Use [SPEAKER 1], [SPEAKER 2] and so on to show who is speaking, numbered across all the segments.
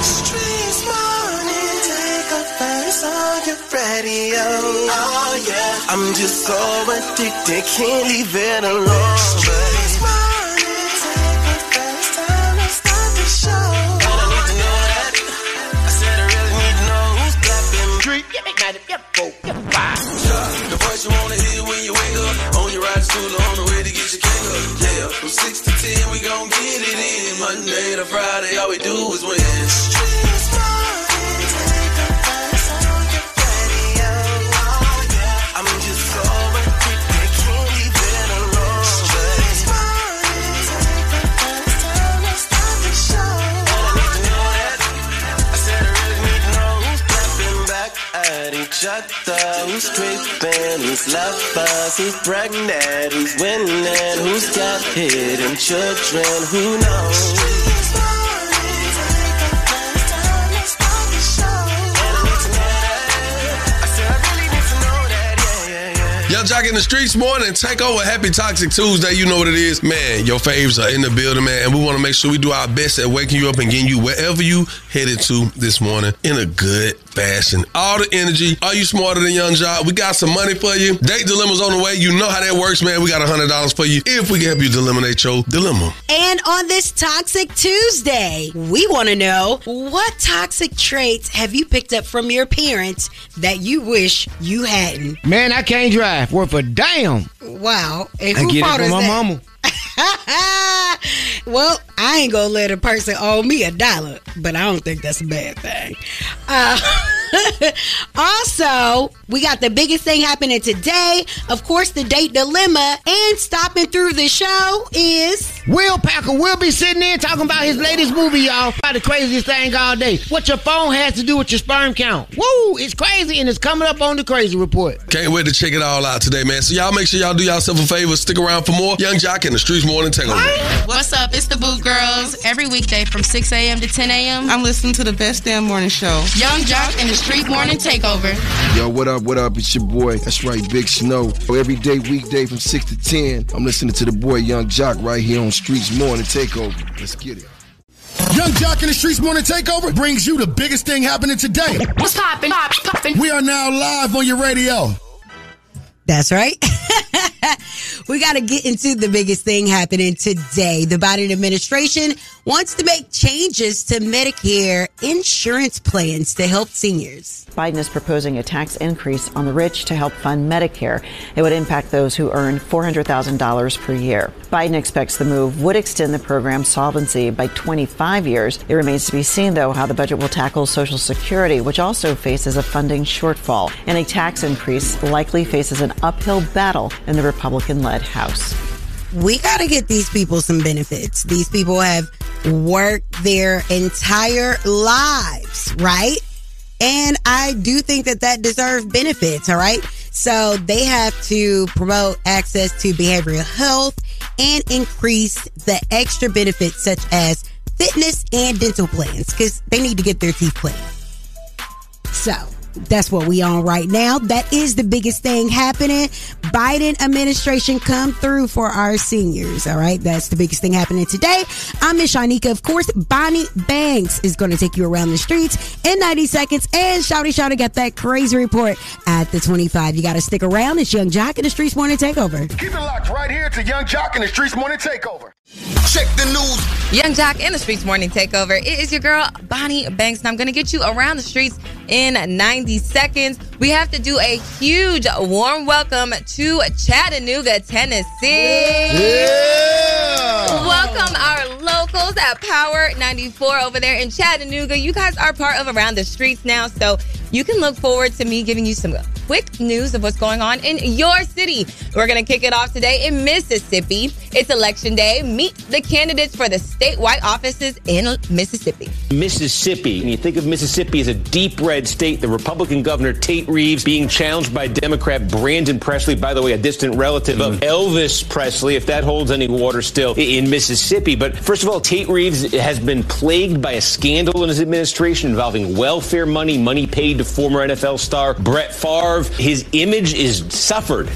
[SPEAKER 1] Streets morning, take a verse on your radio. Oh yeah, I'm just so addicted, can't leave it alone. Streets morning, take a first time to start the show. I need to know that. I said I really need to know who's clapping. Yeah, the voice you wanna hear when you wake up. On your ride to school or on the way to get your king up. Yeah, from six to ten we gon' get it in. Monday to Friday, all we do is win. I'm just so addicted, can't leave it alone. All I need to know that I said I really need to know who's clapping back at each other, who's creeping, who's lovers, who's pregnant, who's winning, who's got hidden children, who knows? And I need to know that. I said I really need to know that, yeah, yeah, yeah.
[SPEAKER 2] Yo, Jock in the streets morning. Take over. Happy Toxic Tuesday. You know what it is. Man, your faves are in the building, man. And we want to make sure we do our best at waking you up and getting you wherever you headed to this morning in a good fashion. All the energy. Are you smarter than Young Jock? We got some money for you. Date dilemmas on the way. You know how that works, man. We got $100 for you if we can help you eliminate your dilemma.
[SPEAKER 3] And on this Toxic Tuesday, we want to know what toxic traits have you picked up from your parents that you wish you hadn't?
[SPEAKER 4] Man, I can't drive. Worth a damn.
[SPEAKER 3] Wow. And
[SPEAKER 4] I
[SPEAKER 3] who
[SPEAKER 4] get it
[SPEAKER 3] fault
[SPEAKER 4] from
[SPEAKER 3] is
[SPEAKER 4] my
[SPEAKER 3] that?
[SPEAKER 4] mama.
[SPEAKER 3] well, I ain't gonna let a person owe me a dollar, but I don't think that's a bad thing. Uh, also, we got the biggest thing happening today. Of course, the date dilemma and stopping through the show is.
[SPEAKER 4] Will Packer will be sitting there talking about his latest movie, y'all. About the craziest thing all day. What your phone has to do with your sperm count. Woo! It's crazy, and it's coming up on the crazy report.
[SPEAKER 2] Can't wait to check it all out today, man. So y'all make sure y'all do yourself a favor. Stick around for more Young Jock in the streets morning. Take over.
[SPEAKER 5] What's up? It's the Boot Girls. Every weekday from 6 a.m. to 10 a.m. I'm listening to the best damn morning show. Young Jock and the Street Morning Takeover.
[SPEAKER 6] Yo, what up, what up? It's your boy. That's right, Big Snow. Every day, weekday from 6 to 10, I'm listening to the boy Young Jock right here on Streets Morning Takeover. Let's get it.
[SPEAKER 7] Young Jock in the Streets Morning Takeover brings you the biggest thing happening today.
[SPEAKER 5] What's poppin'? Pop, poppin'.
[SPEAKER 7] We are now live on your radio.
[SPEAKER 3] That's right. we got to get into the biggest thing happening today. The Biden administration wants to make changes to Medicare insurance plans to help seniors.
[SPEAKER 8] Biden is proposing a tax increase on the rich to help fund Medicare. It would impact those who earn $400,000 per year. Biden expects the move would extend the program's solvency by 25 years. It remains to be seen, though, how the budget will tackle Social Security, which also faces a funding shortfall. And a tax increase likely faces an uphill battle in the Republican led House.
[SPEAKER 3] We got to get these people some benefits. These people have worked their entire lives, right? And I do think that that deserves benefits, all right? So they have to promote access to behavioral health and increase the extra benefits such as fitness and dental plans because they need to get their teeth cleaned. So that's what we on right now. That is the biggest thing happening. Biden administration come through for our seniors. All right. That's the biggest thing happening today. I'm Miss Shanika. Of course, Bonnie Banks is going to take you around the streets in 90 seconds. And Shouty Shouty got that crazy report at the 25. You got to stick around. It's Young Jock in the Streets Morning Takeover.
[SPEAKER 7] Keep it locked right here to Young Jock in the Streets Morning Takeover.
[SPEAKER 9] Check the news. Young Jock in the Streets Morning Takeover. It is your girl, Bonnie Banks, and I'm going to get you around the streets in 90 seconds. We have to do a huge warm welcome to Chattanooga, Tennessee. Welcome our locals at Power 94 over there in Chattanooga. You guys are part of Around the Streets now, so you can look forward to me giving you some quick news of what's going on in your city. We're going to kick it off today in Mississippi. It's election day. Meet the candidates for the statewide offices in Mississippi.
[SPEAKER 10] Mississippi. When you think of Mississippi as a deep red state, the Republican governor Tate Reeves being challenged by Democrat Brandon Presley, by the way, a distant relative of Elvis Presley, if that holds any water still i- in Mississippi. But first of all, Tate Reeves has been plagued by a scandal in his administration involving welfare money, money paid to former NFL star Brett Favre. His image is suffered.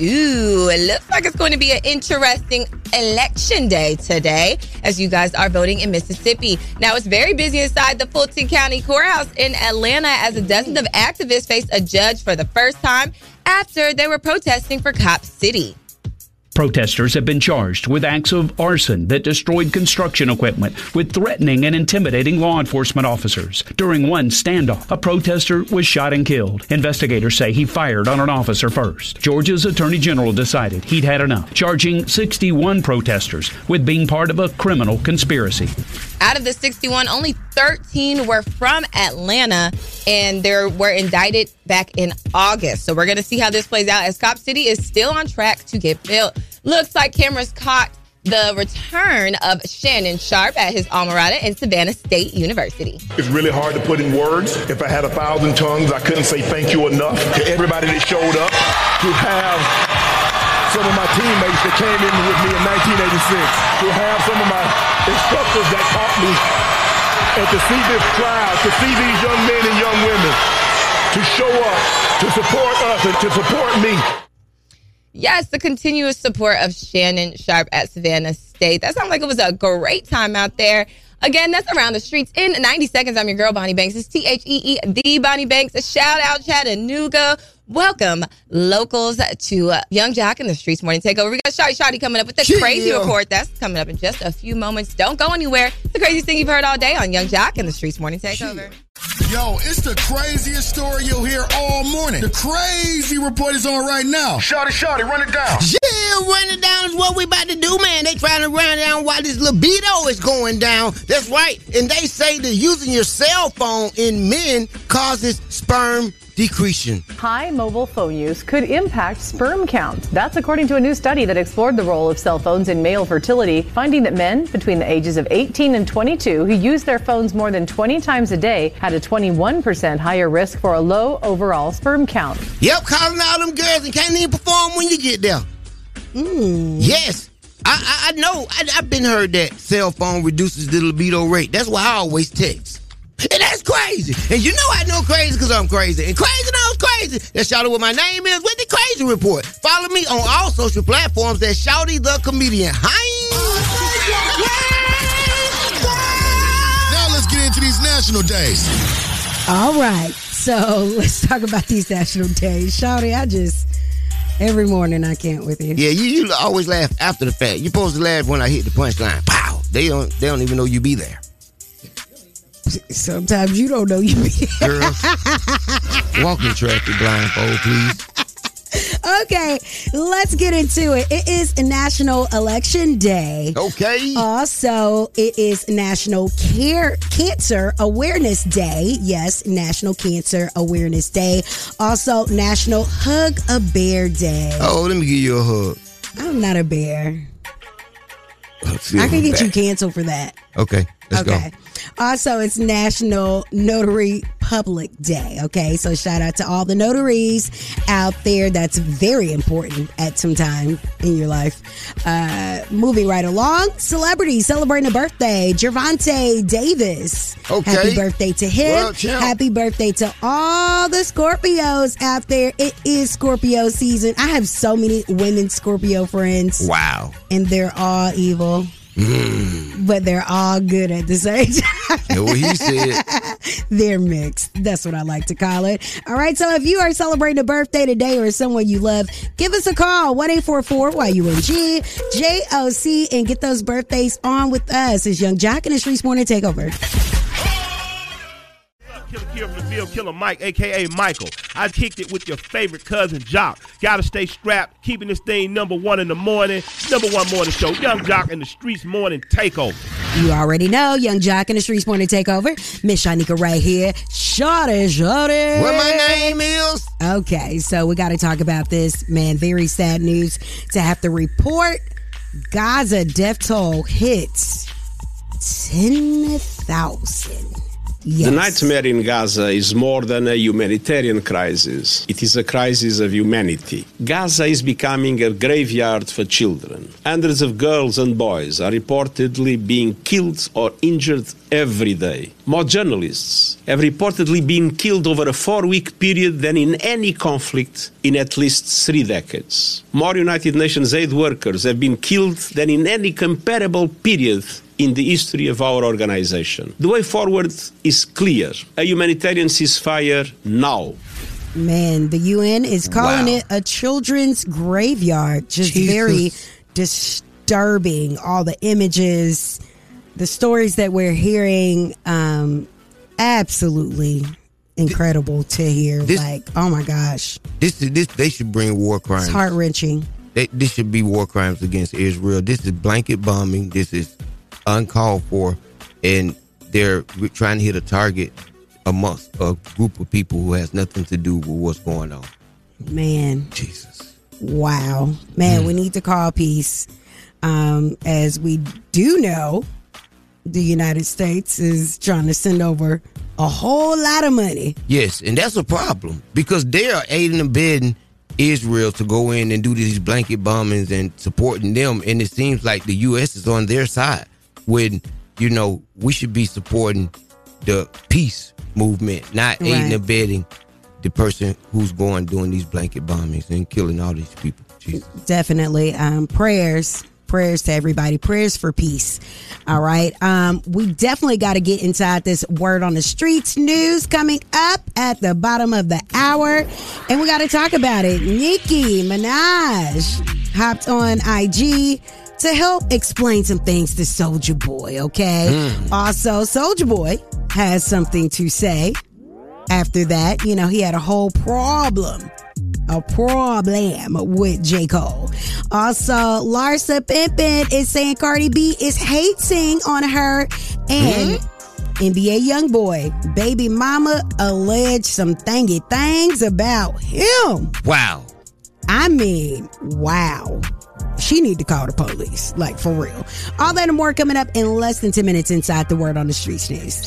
[SPEAKER 9] Ooh, it looks like it's going to be an interesting election day today as you guys are voting in Mississippi. Now, it's very busy inside the Fulton County Courthouse in Atlanta as a dozen of activists faced a judge for the first time after they were protesting for Cop City.
[SPEAKER 11] Protesters have been charged with acts of arson that destroyed construction equipment, with threatening and intimidating law enforcement officers. During one standoff, a protester was shot and killed. Investigators say he fired on an officer first. Georgia's attorney general decided he'd had enough, charging 61 protesters with being part of a criminal conspiracy.
[SPEAKER 9] Out of the 61, only 13 were from Atlanta and they were indicted back in August. So we're going to see how this plays out as Cop City is still on track to get built. Looks like cameras caught the return of Shannon Sharp at his alma mater in Savannah State University.
[SPEAKER 12] It's really hard to put in words. If I had a thousand tongues, I couldn't say thank you enough to everybody that showed up, to have some of my teammates that came in with me in 1986, to have some of my instructors that taught me, and to see this crowd, to see these young men and young women, to show up, to support us, and to support me.
[SPEAKER 9] Yes, the continuous support of Shannon Sharp at Savannah State. That sounds like it was a great time out there. Again, that's around the streets in 90 seconds. I'm your girl, Bonnie Banks. It's T H E E, the Bonnie Banks. A shout out, Chattanooga. Welcome, locals, to uh, Young Jock in the Streets Morning Takeover. We got Shotty Shotty coming up with the
[SPEAKER 13] Yeah.
[SPEAKER 9] crazy report. That's coming up in just a few moments. Don't go anywhere. The craziest thing you've heard all day on Young Jock in the Streets Morning Takeover.
[SPEAKER 7] Yo, it's the craziest story you'll hear all morning. The crazy report is on right now. Shotty, shotty, run it down.
[SPEAKER 4] Yeah, running down is what we about to do, man. They trying to run down while this libido is going down. That's right. And they say that using your cell phone in men causes sperm decretion.
[SPEAKER 14] High mobile phone use could impact sperm count. That's according to a new study that explored the role of cell phones in male fertility, finding that men between the ages of 18 and 22 who use their phones more than 20 times a day had a 21% higher risk for a low overall sperm count.
[SPEAKER 4] Yep, calling all them girls and can't even perform when you get there. Mm. Yes. I, I, I know. I, I've been heard that cell phone reduces the libido rate. That's why I always text. And that's crazy. And you know I know crazy because I'm crazy. And crazy knows crazy. That's Shouty what my name is with the Crazy Report. Follow me on all social platforms at Shouty the Comedian.
[SPEAKER 7] Now let's get into these national days.
[SPEAKER 3] All right. So let's talk about these national days. Shawty, I just, every morning I can't with you.
[SPEAKER 4] Yeah, you, you always laugh after the fact. You're supposed to laugh when I hit the punchline. Pow. They don't they don't even know you be there.
[SPEAKER 3] Sometimes you don't know you be.
[SPEAKER 4] Girls, walk in traffic blindfold, please.
[SPEAKER 3] okay, let's get into it. It is National Election Day.
[SPEAKER 4] Okay.
[SPEAKER 3] Also, it is National Care Cancer Awareness Day. Yes, National Cancer Awareness Day. Also, National Hug a Bear Day.
[SPEAKER 4] Oh, let me give you a hug.
[SPEAKER 3] I'm not a bear.
[SPEAKER 4] Let's see
[SPEAKER 3] I
[SPEAKER 4] if
[SPEAKER 3] can
[SPEAKER 4] I'm
[SPEAKER 3] get you
[SPEAKER 4] back.
[SPEAKER 3] canceled for that.
[SPEAKER 4] Okay, let's
[SPEAKER 3] okay. Also, it's National Notary Public Day. Okay, so shout out to all the notaries out there. That's very important at some time in your life. Uh, moving right along, celebrities celebrating a birthday. Gervonta Davis.
[SPEAKER 4] Okay.
[SPEAKER 3] Happy birthday to him.
[SPEAKER 4] Well, champ.
[SPEAKER 3] Happy birthday to all the Scorpios out there. It is Scorpio season. I have so many women Scorpio friends.
[SPEAKER 4] Wow.
[SPEAKER 3] And they're all evil.
[SPEAKER 5] Um,
[SPEAKER 4] Mm.
[SPEAKER 3] but they're all good at the same time.
[SPEAKER 4] Yeah, what he said.
[SPEAKER 3] they're mixed. That's what I like to call it. All right, so if you are celebrating a birthday today or someone you love, give us a call 1 844 JOC and get those birthdays on with us. It's Young Jock and the Streets Morning Takeover.
[SPEAKER 13] Killer Kira from the Bill Killer Mike, aka Michael. I kicked it with your favorite cousin Jock. Gotta stay strapped, keeping this thing number one in the morning. Number one morning show, Young Jock in the Streets Morning Takeover.
[SPEAKER 3] You already know, Young Jock and the Streets Morning Takeover. Miss Shanika right here. Shorty, shorty.
[SPEAKER 4] What my name is?
[SPEAKER 3] Okay, so we got to talk about this, man. Very sad news to have to report Gaza death toll hits 10,000. Yes.
[SPEAKER 15] The nightmare in Gaza is more than a humanitarian crisis. It is a crisis of humanity. Gaza is becoming a graveyard for children. Hundreds of girls and boys are reportedly being killed or injured every day. More journalists have reportedly been killed over a four week period than in any conflict in at least three decades. More United Nations aid workers have been killed than in any comparable period in the history of our organization. The way forward is clear a humanitarian ceasefire now.
[SPEAKER 3] Man, the UN is calling
[SPEAKER 15] Wow.
[SPEAKER 3] it a children's graveyard. Just
[SPEAKER 15] Jesus.
[SPEAKER 3] very disturbing. All the images, the stories that we're hearing, um, absolutely incredible to hear. like, oh my gosh,
[SPEAKER 4] This is this. They should bring war crimes.
[SPEAKER 3] it's heart wrenching.
[SPEAKER 4] They, this should be war crimes against Israel. This is blanket bombing. This is uncalled for, and they're re- trying to hit a target amongst a group of people who has nothing to do with what's going on.
[SPEAKER 3] Man. Jesus. Wow. Man,
[SPEAKER 15] Mm.
[SPEAKER 3] we need to call peace. Um, as we do know, the United States is trying to send over a whole lot of money.
[SPEAKER 4] Yes, and that's a problem because they are aiding and abetting Israel to go in and do these blanket bombings and supporting them, and it seems like the U.S. is on their side when you know we should be supporting the peace movement, not aiding and
[SPEAKER 3] Right.
[SPEAKER 4] abetting the person who's going doing these blanket bombings and killing all these people. Jesus.
[SPEAKER 3] Definitely. Um, prayers. Prayers to everybody. Prayers for peace. All right. Um, we definitely got to get inside this word on the streets news coming up at the bottom of the hour. And we got to talk about it. Nicki Minaj hopped on IG to help explain some things to Soldier Boy. Okay.
[SPEAKER 1] Mm.
[SPEAKER 3] Also, Soldier Boy has something to say after that. You know, he had a whole problem a problem with J. Cole. Also, Larsa Pimpin is saying Cardi B is hating on her and NBA YoungBoy baby mama alleged some thingy things about him.
[SPEAKER 4] Wow.
[SPEAKER 3] I mean, wow. She need to call the police, like for real. All that and more coming up in less than 10 minutes inside the Word on the Streets news.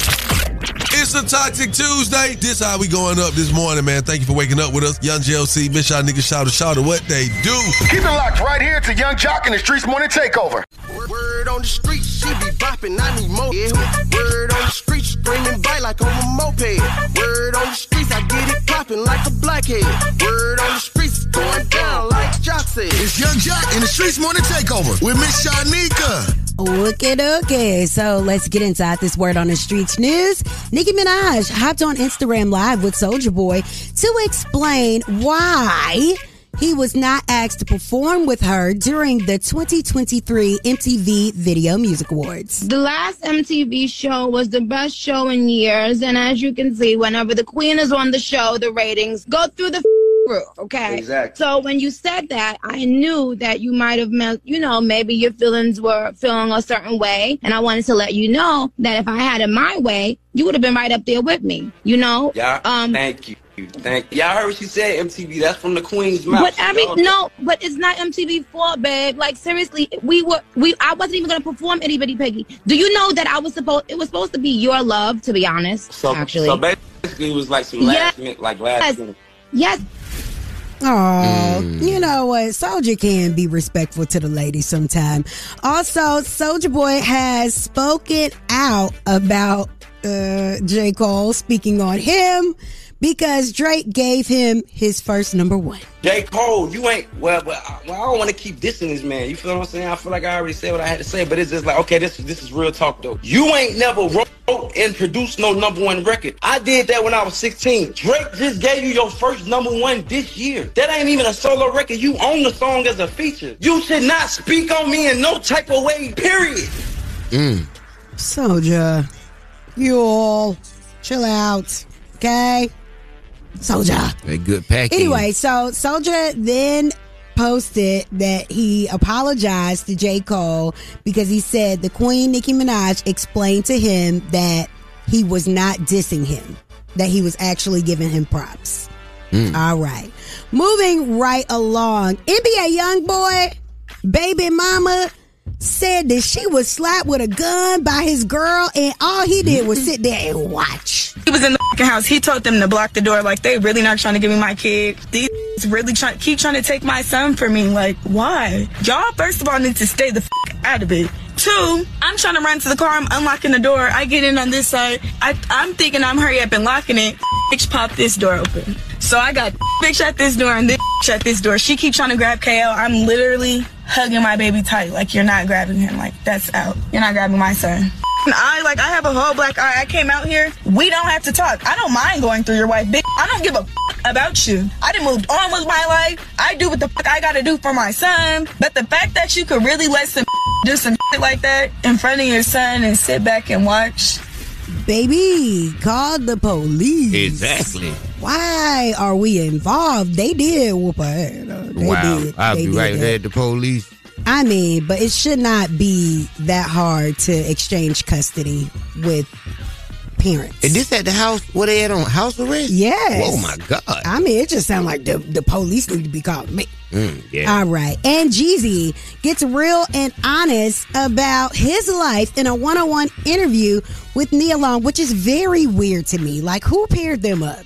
[SPEAKER 2] It's a Toxic Tuesday. This how we going up this morning, man. Thank you for waking up with us. Young JLC, Miss Y'all Niggas, shout out, shout out what they do.
[SPEAKER 7] Keep it locked right here to Young Jock and the Streets Morning Takeover.
[SPEAKER 1] Word on the street, she be bopping, I need more. Yeah. Word on the street, screaming bright like on a moped. Word on the streets, I get it popping like a blackhead. Word on the streets, going down like Jock said.
[SPEAKER 7] It's Young Jock and the Streets Morning Takeover with Miss Shanika.
[SPEAKER 3] Okay, okay. So let's get inside this word on the streets news. Nicki Minaj hopped on Instagram Live with Soldier Boy to explain why he was not asked to perform with her during the 2023 MTV Video Music Awards.
[SPEAKER 16] The last MTV show was the best show in years, and as you can see, whenever the queen is on the show, the ratings go through the roof. Okay,
[SPEAKER 17] Exactly.
[SPEAKER 16] So when you said that, I knew that you might have meant, you know, maybe your feelings were feeling a certain way, and I wanted to let you know that if I had it my way, you would have been right up there with me. You know, Um,
[SPEAKER 18] Y'all, thank you. Thank you. Y'all heard what she said, MTV. That's from the Queen's mouth.
[SPEAKER 16] But I
[SPEAKER 18] Y'all-
[SPEAKER 16] mean, no, but it's not MTV Four, babe. Like seriously, we were we. I wasn't even gonna perform Itty Bitty Piggy. Do you know that I was supposed? It was supposed to be your love, to be honest.
[SPEAKER 18] So,
[SPEAKER 16] actually,
[SPEAKER 18] so basically, it was like some last minute, like last
[SPEAKER 16] Yes.
[SPEAKER 18] minute.
[SPEAKER 16] yes.
[SPEAKER 3] Oh, you know what? Soldier can be respectful to the ladies sometime. Also, Soldier Boy has spoken out about uh, J. Cole speaking on him because Drake gave him his first number one.
[SPEAKER 18] J. Cole, you ain't well. Well, I, well, I don't want to keep dissing this man. You feel what I'm saying? I feel like I already said what I had to say, but it's just like, okay, this this is real talk though. You ain't never wrote and produced no number one record. I did that when I was 16. Drake just gave you your first number one this year. That ain't even a solo record. You own the song as a feature. You should not speak on me in no type of way. Period.
[SPEAKER 3] Soja, you all chill out, okay? Soja.
[SPEAKER 4] That good package.
[SPEAKER 3] Anyway, so Soldier then posted that he apologized to J. Cole because he said the Queen Nicki Minaj explained to him that he was not dissing him, that he was actually giving him props.
[SPEAKER 1] Mm.
[SPEAKER 3] All right. Moving right along, NBA young boy, baby mama said that she was slapped with a gun by his girl and all he did was sit there and watch.
[SPEAKER 17] He was in the f***ing house. He told them to block the door. Like they really not trying to give me my kid. These f***ers really try- keep trying to take my son from me. Like why? Y'all first of all need to stay the f- out of it. Two, I'm trying to run to the car. I'm unlocking the door. I get in on this side. I, I'm thinking I'm hurry up and locking it. Bitch, pop this door open. So I got bitch at this door and this bitch at this door. She keep trying to grab KL. I'm literally hugging my baby tight. Like you're not grabbing him. Like that's out. You're not grabbing my son. And I like I have a whole black eye. I came out here. We don't have to talk. I don't mind going through your wife, bitch. I don't give a fuck about you. I done moved on with my life. I do what the fuck I gotta do for my son. But the fact that you could really let some do some shit like that in front of your son and sit back and watch.
[SPEAKER 3] Baby, call the police.
[SPEAKER 4] Exactly.
[SPEAKER 3] Why are we involved? They did whoop her ass. They
[SPEAKER 4] wow.
[SPEAKER 3] did.
[SPEAKER 4] I'll
[SPEAKER 3] They
[SPEAKER 4] be
[SPEAKER 3] did
[SPEAKER 4] right
[SPEAKER 3] that.
[SPEAKER 4] there at the police.
[SPEAKER 3] I mean, but it should not be that hard to exchange custody with parents.
[SPEAKER 4] And this at the house, what they had on? House arrest?
[SPEAKER 3] Yes.
[SPEAKER 4] Oh my God.
[SPEAKER 3] I mean, it just sounds like the, the police need to be called. Ma-
[SPEAKER 4] Mm, yeah.
[SPEAKER 3] All right. And Jeezy gets real and honest about his life in a one on one interview with Nia Long, which is very weird to me. Like, who paired them up?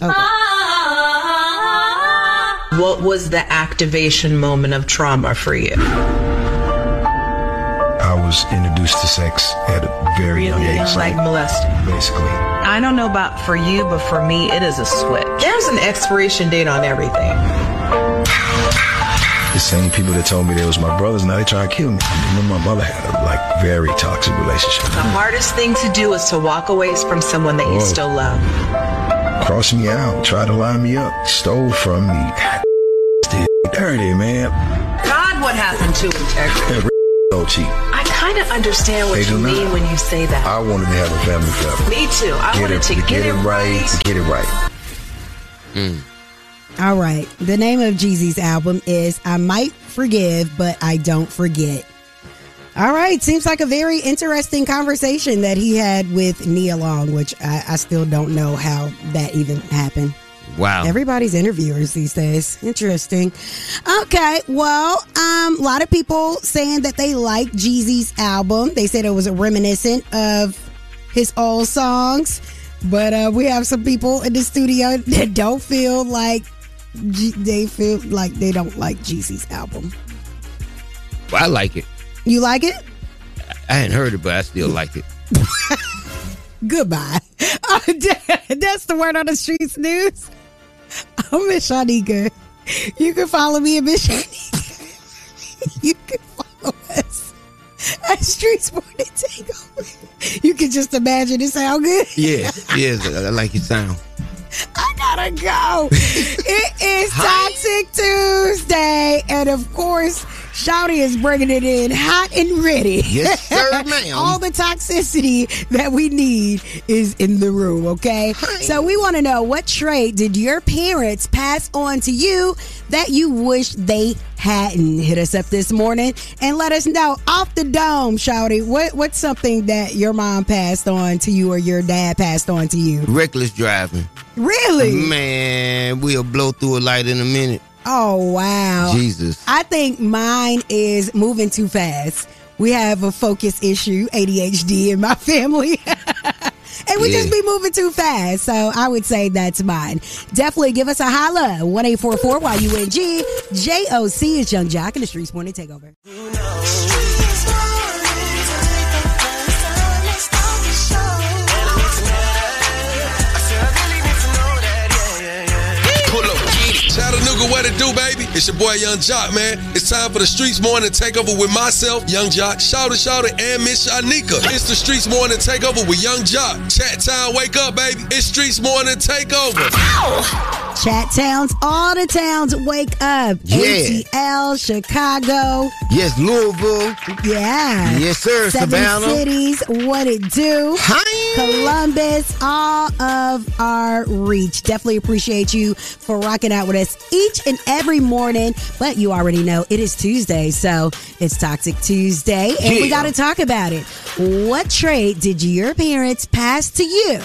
[SPEAKER 3] Okay.
[SPEAKER 6] Ah.
[SPEAKER 19] What was the activation moment of trauma for you?
[SPEAKER 20] I was introduced to sex at a very young
[SPEAKER 19] Really?
[SPEAKER 20] age.
[SPEAKER 19] Like molested?
[SPEAKER 20] Basically.
[SPEAKER 19] I don't know about for you, but for me, it is a switch. There's an expiration date on everything.
[SPEAKER 20] The same people that told me they was my brothers, now they trying to kill me. I remember my mother had a like very toxic relationship.
[SPEAKER 19] The hardest thing to do is to walk away from someone that you
[SPEAKER 20] Whoa.
[SPEAKER 19] still love.
[SPEAKER 20] Crossed me out, tried to line me up, stole from me. Did dirty, man.
[SPEAKER 19] God, what happened to integrity?
[SPEAKER 20] That so cheap.
[SPEAKER 19] I kind of understand what
[SPEAKER 20] They
[SPEAKER 19] you
[SPEAKER 20] do not.
[SPEAKER 19] mean when you say that.
[SPEAKER 20] I wanted to have a family forever.
[SPEAKER 19] Me too. I
[SPEAKER 20] Get
[SPEAKER 19] wanted
[SPEAKER 20] it,
[SPEAKER 19] to get, it right.
[SPEAKER 20] Get it right.
[SPEAKER 4] Mm.
[SPEAKER 3] All right. The name of Jeezy's album is I Might Forgive, but I Don't Forget. All right. Seems like a very interesting conversation that he had with Nia Long, which I, I still don't know how that even happened.
[SPEAKER 4] Wow.
[SPEAKER 3] Everybody's interviewers these days. Interesting. Okay, well, um, a lot of people saying that they like Jeezy's album. They said it was reminiscent of his old songs, but uh, we have some people in the studio that don't feel like G- they feel like they don't like Jeezy's album.
[SPEAKER 4] Well, I like it.
[SPEAKER 3] You like it?
[SPEAKER 4] I hadn't heard it, but I still like it.
[SPEAKER 3] Goodbye. Oh, That's the word on the streets news. I'm Miss Shanika. You can follow me at Miss Shanika. You can follow us at Streets Morning Takeover. You can just imagine it sound good.
[SPEAKER 4] Yeah. yes, I I like your sound.
[SPEAKER 3] I gotta go. it is Toxic Tuesday, and of course, Shouty is bringing it in hot and ready.
[SPEAKER 1] Yes, sir, ma'am.
[SPEAKER 3] All the toxicity that we need is in the room. Okay, so we want to know what trait did your parents pass on to you that you wish they hadn't? Hit us up this morning and let us know off the dome, Shouty. What what's something that your mom passed on to you or your dad passed on to you?
[SPEAKER 4] Reckless driving.
[SPEAKER 3] Really?
[SPEAKER 4] Man, we'll blow through a light in a minute.
[SPEAKER 3] Oh wow.
[SPEAKER 4] Jesus.
[SPEAKER 3] I think mine is moving too fast. We have a focus issue, ADHD in my family. and we
[SPEAKER 1] Yeah.
[SPEAKER 3] just be moving too fast. So I would say that's mine. Definitely give us a holla. 1844 YUNG. J O C is Young Jock in the Streets Morning Takeover.
[SPEAKER 1] Streets morning, take a first on, let's start the show. And I'm
[SPEAKER 2] it do, baby? It's your boy Young Jock, man. It's time for the Streets Morning Takeover with myself, Young Jock, Shouta Shouta, and Miss Shanika. It's the Streets Morning Takeover with Young Jock. Chat time, wake up, baby. It's Streets Morning Takeover.
[SPEAKER 3] Chat towns, all the towns wake up.
[SPEAKER 21] Yeah.
[SPEAKER 3] ATL, Chicago.
[SPEAKER 21] Yes, Louisville.
[SPEAKER 3] Yeah.
[SPEAKER 21] Yes, sir,
[SPEAKER 3] Seven
[SPEAKER 21] Savannah.
[SPEAKER 3] cities, what it do. Columbus, all of our reach. Definitely appreciate you for rocking out with us each and every morning. But you already know it is Tuesday, so it's Toxic Tuesday. And we got
[SPEAKER 4] Yeah.
[SPEAKER 3] to talk about it. What trade did your parents pass to you?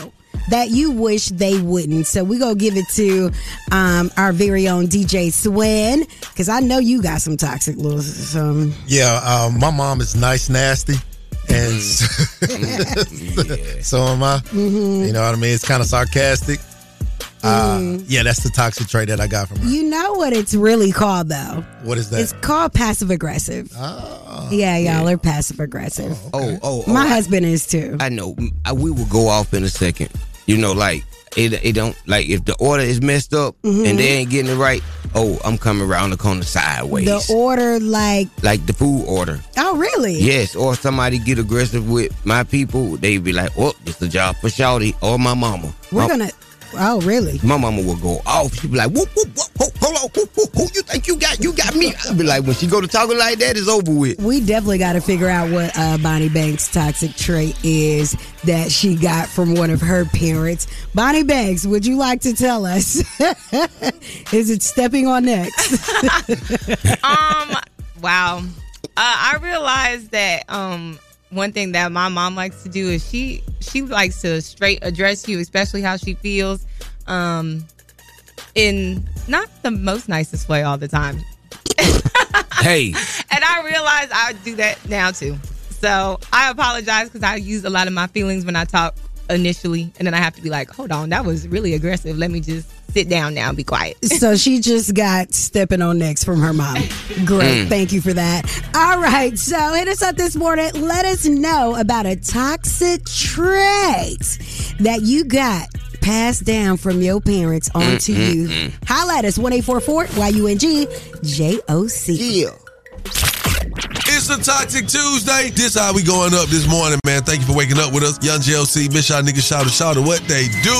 [SPEAKER 3] That you wish they wouldn't. So we gonna give it to um, our very own DJ Swin because I know you got some toxic little some.
[SPEAKER 7] Yeah, um, my mom is nice, nasty, and
[SPEAKER 8] Mm.
[SPEAKER 7] so am I.
[SPEAKER 3] mm-hmm.
[SPEAKER 7] You know what I mean? It's kind of sarcastic. Uh,
[SPEAKER 8] Mm.
[SPEAKER 7] yeah, that's the toxic trait that I got from her.
[SPEAKER 3] You know what it's really called though.
[SPEAKER 7] What is that?
[SPEAKER 3] It's called passive aggressive. Oh, yeah, y'all are passive aggressive.
[SPEAKER 4] Ah, Oh, oh, oh,
[SPEAKER 3] my
[SPEAKER 4] I-
[SPEAKER 3] husband is too.
[SPEAKER 4] I know. I, we will go off in a second. You know, like it. It don't like if the order is messed up
[SPEAKER 3] Mhm.
[SPEAKER 4] and they ain't getting it right. Oh, I'm coming around the corner sideways,
[SPEAKER 3] The order, like,
[SPEAKER 4] like the food order.
[SPEAKER 3] oh really?
[SPEAKER 4] Yes, or somebody get aggressive with my people. They be like, "Oh, it's a job for Shawty or my mama."
[SPEAKER 3] We're
[SPEAKER 4] my,
[SPEAKER 3] gonna. Oh really?
[SPEAKER 4] My mama will go off. She be like, "Whoop whoop whoop! Ho, hold on, whoop, whoop, who you think you got? You got me?" I be like, when she go to talking like that, it's over with.
[SPEAKER 3] We definitely got to figure out what uh, Bonnie Banks' toxic trait is that she got from one of her parents. Bonnie Banks, would you like to tell us? is it stepping on next?
[SPEAKER 9] Wow. Uh, I realized that um, one thing that my mom likes to do is she she likes to straight address you, especially how she feels, um, in not the most nicest way all the time.
[SPEAKER 4] Hey,
[SPEAKER 9] And I realize I do that now too. So I apologize because I use a lot of my feelings when I talk initially, and then I have to be like, "Hold on, that was really aggressive. Let me just sit down now and be quiet."
[SPEAKER 3] so she just got stepping on next from her mom. Great.
[SPEAKER 9] Mm.
[SPEAKER 3] Thank you for that. All right. So hit us up this morning. Let us know about a toxic trait that you got passed down from your parents onto
[SPEAKER 4] Mm, mm,
[SPEAKER 3] you.
[SPEAKER 4] mm.
[SPEAKER 3] Holla at us 1844 YUNG JOC. Yeah.
[SPEAKER 2] It's a Toxic Tuesday. This how we going up this morning, man. Thank you for waking up with us. Young JLC, Miss Y'all Niggas, shout out, shout out what they do.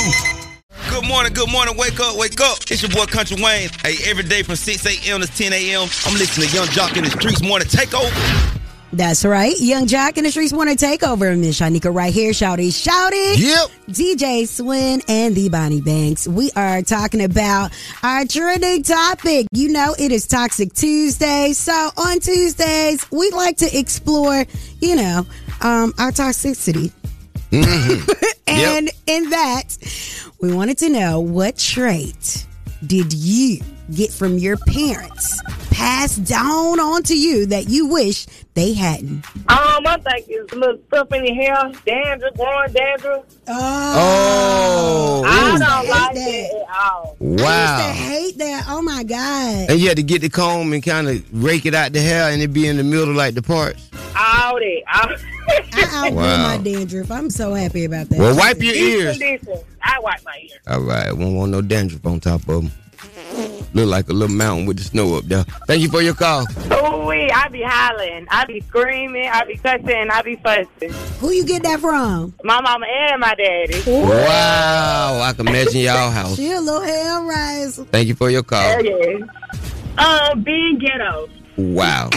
[SPEAKER 4] Good morning, good morning. Wake up, wake up. It's your boy Country Wayne. Hey, every day from 6 a.m. to 10 a.m., I'm listening to Young Jock in the Streets Morning Takeover.
[SPEAKER 3] That's right. Young Jock and the Streets want to take over. And Miss Shanika right here. Shouty, shouty.
[SPEAKER 4] Yep.
[SPEAKER 3] DJ Swin and the Bonnie Banks. We are talking about our trending topic. You know, it is Toxic Tuesday. So on Tuesdays, we like to explore, you know, um, our toxicity. and in that, we wanted to know what trait did you get from your parents passed down onto you that you wish they hadn't?
[SPEAKER 22] Um, I think it's a little stuff in your hair, dandruff, growing dandruff.
[SPEAKER 3] Oh,
[SPEAKER 22] I
[SPEAKER 4] Ooh.
[SPEAKER 22] don't like
[SPEAKER 3] that.
[SPEAKER 22] it at all.
[SPEAKER 3] I
[SPEAKER 4] Wow.
[SPEAKER 3] used to hate that. Oh my god.
[SPEAKER 4] And you had to get the comb and kind of rake it out the hair and it be in the middle like the parts.
[SPEAKER 22] All that. All
[SPEAKER 3] I outgrew
[SPEAKER 4] Wow.
[SPEAKER 3] my dandruff. I'm so happy about that.
[SPEAKER 4] Well, wipe your ears.
[SPEAKER 22] Listen, I wipe my ears.
[SPEAKER 4] All right, won't want no dandruff on top of them. Look like a little mountain with the snow up there. Thank you for your call.
[SPEAKER 22] Ooh, wee, I be hollering. I be screaming. I be cussing. I be fussing.
[SPEAKER 3] Who you get that from?
[SPEAKER 22] My mama and my daddy.
[SPEAKER 4] Wow, I can imagine y'all house.
[SPEAKER 3] She a little hell rise.
[SPEAKER 4] Thank you for your call.
[SPEAKER 22] yeah. Um, being ghetto.
[SPEAKER 4] Wow.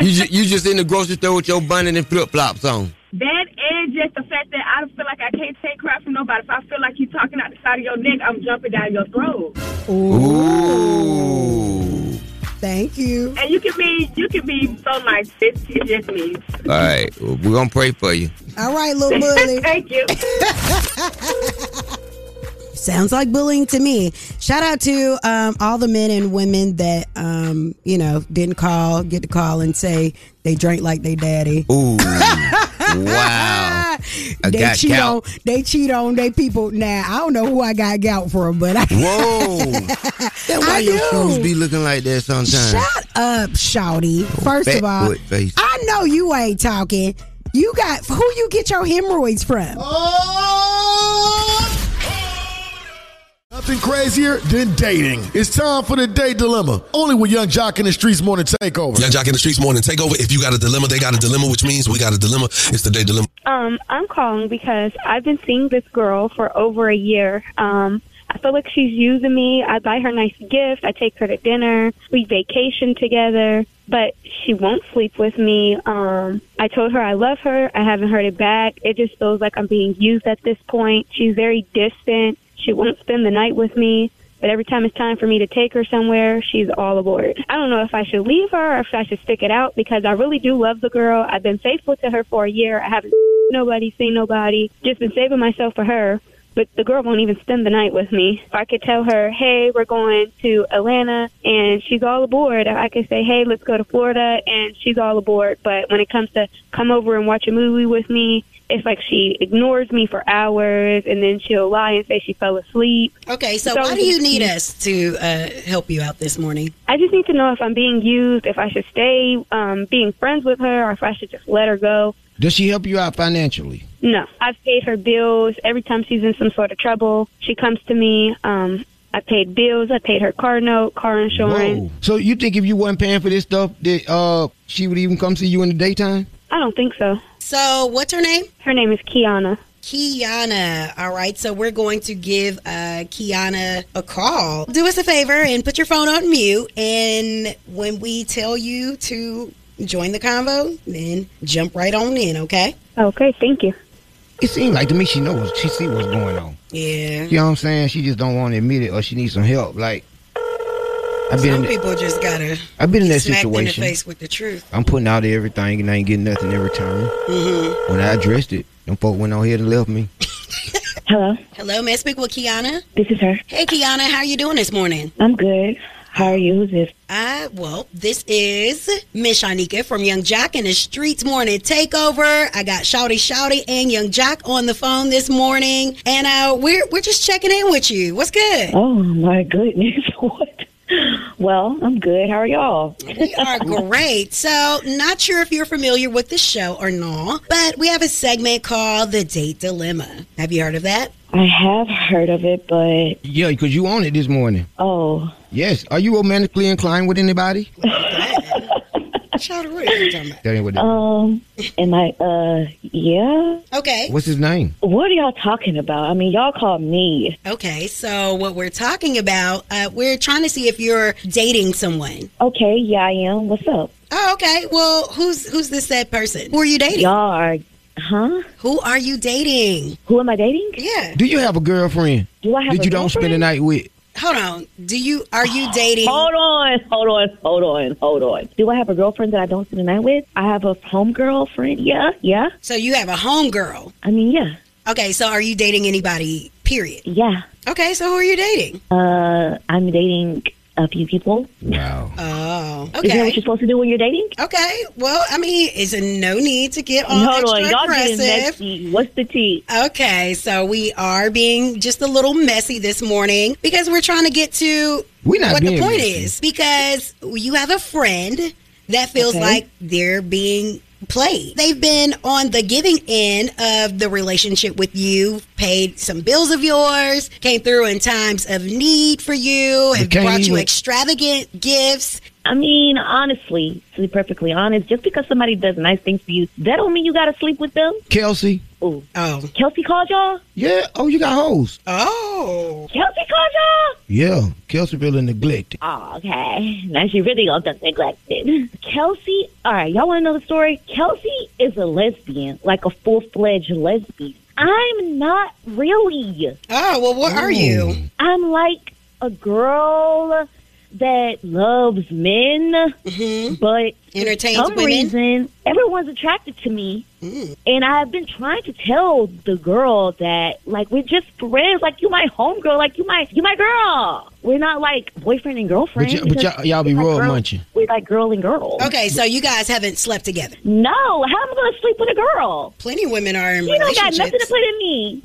[SPEAKER 4] you, ju- you just in the grocery store with your bunny and flip flops on.
[SPEAKER 22] That and just the fact that I feel like I can't take crap from nobody. If I feel like you talking out the side of your neck, I'm jumping down your throat.
[SPEAKER 4] Ooh.
[SPEAKER 3] Thank you.
[SPEAKER 22] And you can be, you can be so nice. It's, it's just me.
[SPEAKER 4] All right, well, we're gonna pray for you.
[SPEAKER 3] All right, little bully.
[SPEAKER 22] Thank you.
[SPEAKER 3] Sounds like bullying to me. Shout out to um, all the men and women that um, you know didn't call, get to call and say they drank like they daddy.
[SPEAKER 4] Ooh. wow. I
[SPEAKER 3] they
[SPEAKER 4] got
[SPEAKER 3] cheat
[SPEAKER 4] gout.
[SPEAKER 3] on they cheat on they people. Now I don't know who I got gout from, but I
[SPEAKER 4] Whoa. That's why
[SPEAKER 3] I
[SPEAKER 4] your
[SPEAKER 3] do.
[SPEAKER 4] shoes be looking like that sometimes.
[SPEAKER 3] Shut up, Shouty. First
[SPEAKER 4] fat
[SPEAKER 3] of all,
[SPEAKER 4] foot face.
[SPEAKER 3] I know you ain't talking. You got who you
[SPEAKER 4] Oh!
[SPEAKER 3] get your hemorrhoids from?
[SPEAKER 7] Nothing crazier than dating. It's time for the date dilemma. Only with Young Jock in the Streets Morning Takeover.
[SPEAKER 2] Young Jock in the Streets Morning Takeover. If you got a dilemma, they got a dilemma, which means we got a dilemma. It's the day dilemma.
[SPEAKER 5] Um, I'm calling because I've been seeing this girl for over a year. Um, I feel like she's using me. I buy her nice gift. I take her to dinner. We vacation together, but she won't sleep with me. Um, I told her I love her. I haven't heard it back. It just feels like I'm being used at this point. She's very distant. She won't spend the night with me. But every time it's time for me to take her somewhere, she's all aboard. I don't know if I should leave her or if I should stick it out because I really do love the girl. I've been faithful to her for a year. I haven't nobody, seen nobody, just been saving myself for her. But the girl won't even spend the night with me. If I could tell her, hey, we're going to Atlanta and she's all aboard, I could say, hey, let's go to Florida and she's all aboard. But when it comes to come over and watch a movie with me, it's like she ignores me for hours and then she'll lie and say she fell asleep.
[SPEAKER 3] Okay, so why do you need us to uh, help you out this morning?
[SPEAKER 5] I just need to know if I'm being used, if I should stay um, being friends with her, or if I should just let her go.
[SPEAKER 4] Does she help you out financially?
[SPEAKER 5] No, I've paid her bills. Every time she's in some sort of trouble, she comes to me. Um, I paid bills. I paid her car note, car
[SPEAKER 4] Whoa.
[SPEAKER 5] insurance.
[SPEAKER 4] So you think if you wasn't paying for this stuff, that uh, she would even come see you in the daytime?
[SPEAKER 5] I don't think so.
[SPEAKER 3] So, what's her name?
[SPEAKER 5] Her name is Kiana.
[SPEAKER 3] Kiana. All right, so we're going to give uh, Kiana a call. Do us a favor and put your phone on mute. And when we tell you to join the convo, then jump right on in, okay?
[SPEAKER 5] Okay, thank you.
[SPEAKER 4] It seems like to me she knows she see what's going on.
[SPEAKER 3] Yeah.
[SPEAKER 4] You know what I'm saying? She just don't want to admit it, or she needs some help. Like I've been,
[SPEAKER 3] Some
[SPEAKER 4] in, that-
[SPEAKER 3] people just gotta
[SPEAKER 4] I've been in
[SPEAKER 3] get
[SPEAKER 4] that
[SPEAKER 3] smacked
[SPEAKER 4] situation.
[SPEAKER 3] in the face with the truth.
[SPEAKER 4] I'm putting out everything and I ain't getting nothing every time.
[SPEAKER 3] hmm
[SPEAKER 4] When I addressed it, them folk went on here and left me.
[SPEAKER 6] Hello,
[SPEAKER 3] Hello, may I speak with Kiana?
[SPEAKER 6] this is her.
[SPEAKER 3] Hey, Kiana, how are you doing this morning?
[SPEAKER 6] I'm good. How are you? Who's this?
[SPEAKER 3] Uh, well, this is Miss Shanika from Young Jock and the Streets Morning Takeover. I got Shouty Shouty and Young Jock on the phone this morning, and uh, we're we're just checking in with you. What's good?
[SPEAKER 6] Oh my goodness, what? Well, I'm good. How are y'all?
[SPEAKER 3] We are great. So, not sure if you're familiar with the show or not, but we have a segment called the Date Dilemma. Have you heard of that?
[SPEAKER 6] I have heard of it, but
[SPEAKER 4] Yeah, because you on it this morning.
[SPEAKER 6] Oh.
[SPEAKER 4] Yes. Are you romantically inclined with anybody?
[SPEAKER 3] Shouty, what are you talking about?
[SPEAKER 4] That ain't what it-
[SPEAKER 6] um, am I? Uh, yeah.
[SPEAKER 3] Okay.
[SPEAKER 4] What's his name?
[SPEAKER 6] What are y'all talking about? I mean, y'all call me.
[SPEAKER 3] Okay, so what we're talking about, uh, we're trying to see if you're dating someone.
[SPEAKER 6] Okay, yeah, I am. What's up?
[SPEAKER 3] Oh, okay. Well, who's who's this said person? Who are you dating?
[SPEAKER 6] Y'all are, huh?
[SPEAKER 3] Who are you dating?
[SPEAKER 6] Who am I dating?
[SPEAKER 3] Yeah.
[SPEAKER 4] Do you have a girlfriend?
[SPEAKER 6] Do I have
[SPEAKER 4] That
[SPEAKER 6] a
[SPEAKER 4] you don't spend the night with?
[SPEAKER 3] Hold on. Do you are you dating?
[SPEAKER 6] Hold on, hold on, hold on, hold on. Do I have a girlfriend that I don't spend the night with? I have a home girlfriend. Yeah, yeah.
[SPEAKER 3] So you have a homegirl.
[SPEAKER 6] I mean, yeah,
[SPEAKER 3] Okay, so are you dating anybody? Period.
[SPEAKER 6] yeah.
[SPEAKER 3] Okay, so who are you dating?
[SPEAKER 6] Uh, I'm dating a few people.
[SPEAKER 4] Wow.
[SPEAKER 3] Oh,
[SPEAKER 6] Is that
[SPEAKER 3] okay.
[SPEAKER 6] what you're supposed to do when you're dating?
[SPEAKER 3] Okay. Well, I mean, it's a no need to get all
[SPEAKER 6] Hold
[SPEAKER 3] extra
[SPEAKER 6] on, y'all getting
[SPEAKER 3] aggressive.
[SPEAKER 6] messy. What's the tea?
[SPEAKER 3] Okay, so we are being just a little messy this morning because we're trying to get to
[SPEAKER 6] We not
[SPEAKER 3] what the
[SPEAKER 6] being
[SPEAKER 3] point
[SPEAKER 6] messy.
[SPEAKER 3] is. Because you have a friend that feels
[SPEAKER 6] Okay.
[SPEAKER 3] like they're being played. They've been on the giving end of the relationship with you, paid some bills of yours, came through in times of need for you, and
[SPEAKER 6] can't
[SPEAKER 3] brought you
[SPEAKER 6] even-
[SPEAKER 3] extravagant gifts.
[SPEAKER 6] I mean, honestly, to be perfectly honest, just because somebody does nice things for you, that don't mean you gotta sleep with them.
[SPEAKER 4] Kelsey.
[SPEAKER 6] Ooh.
[SPEAKER 3] Oh.
[SPEAKER 6] Kelsey called y'all?
[SPEAKER 4] Yeah. Oh, you got hoes.
[SPEAKER 3] Oh.
[SPEAKER 6] Kelsey called y'all?
[SPEAKER 4] Yeah. Kelsey feeling neglected.
[SPEAKER 6] Oh, okay. Now she really gonna get neglected. Kelsey, all right, y'all wanna know the story? Kelsey is a lesbian, like a full fledged lesbian. I'm not really.
[SPEAKER 3] Oh, well, what are you?
[SPEAKER 6] I'm like a girl that loves men, but
[SPEAKER 3] Mm-hmm. Entertains
[SPEAKER 6] for some
[SPEAKER 3] women.
[SPEAKER 6] reason everyone's attracted to me.
[SPEAKER 3] Mm.
[SPEAKER 6] And I've been trying to tell the girl that like we're just friends, like you my homegirl, like you my you my girl. We're not like boyfriend and girlfriend.
[SPEAKER 4] But, y- but
[SPEAKER 6] because
[SPEAKER 4] y'all, y'all be
[SPEAKER 6] we're like
[SPEAKER 4] rug
[SPEAKER 6] girl-
[SPEAKER 4] munching.
[SPEAKER 6] We're like girl and girl.
[SPEAKER 3] Okay, so you guys haven't slept together.
[SPEAKER 6] No, how am I gonna sleep with a girl?
[SPEAKER 3] Plenty of women are in
[SPEAKER 6] She don't got
[SPEAKER 3] relationships.
[SPEAKER 6] nothing to put in me.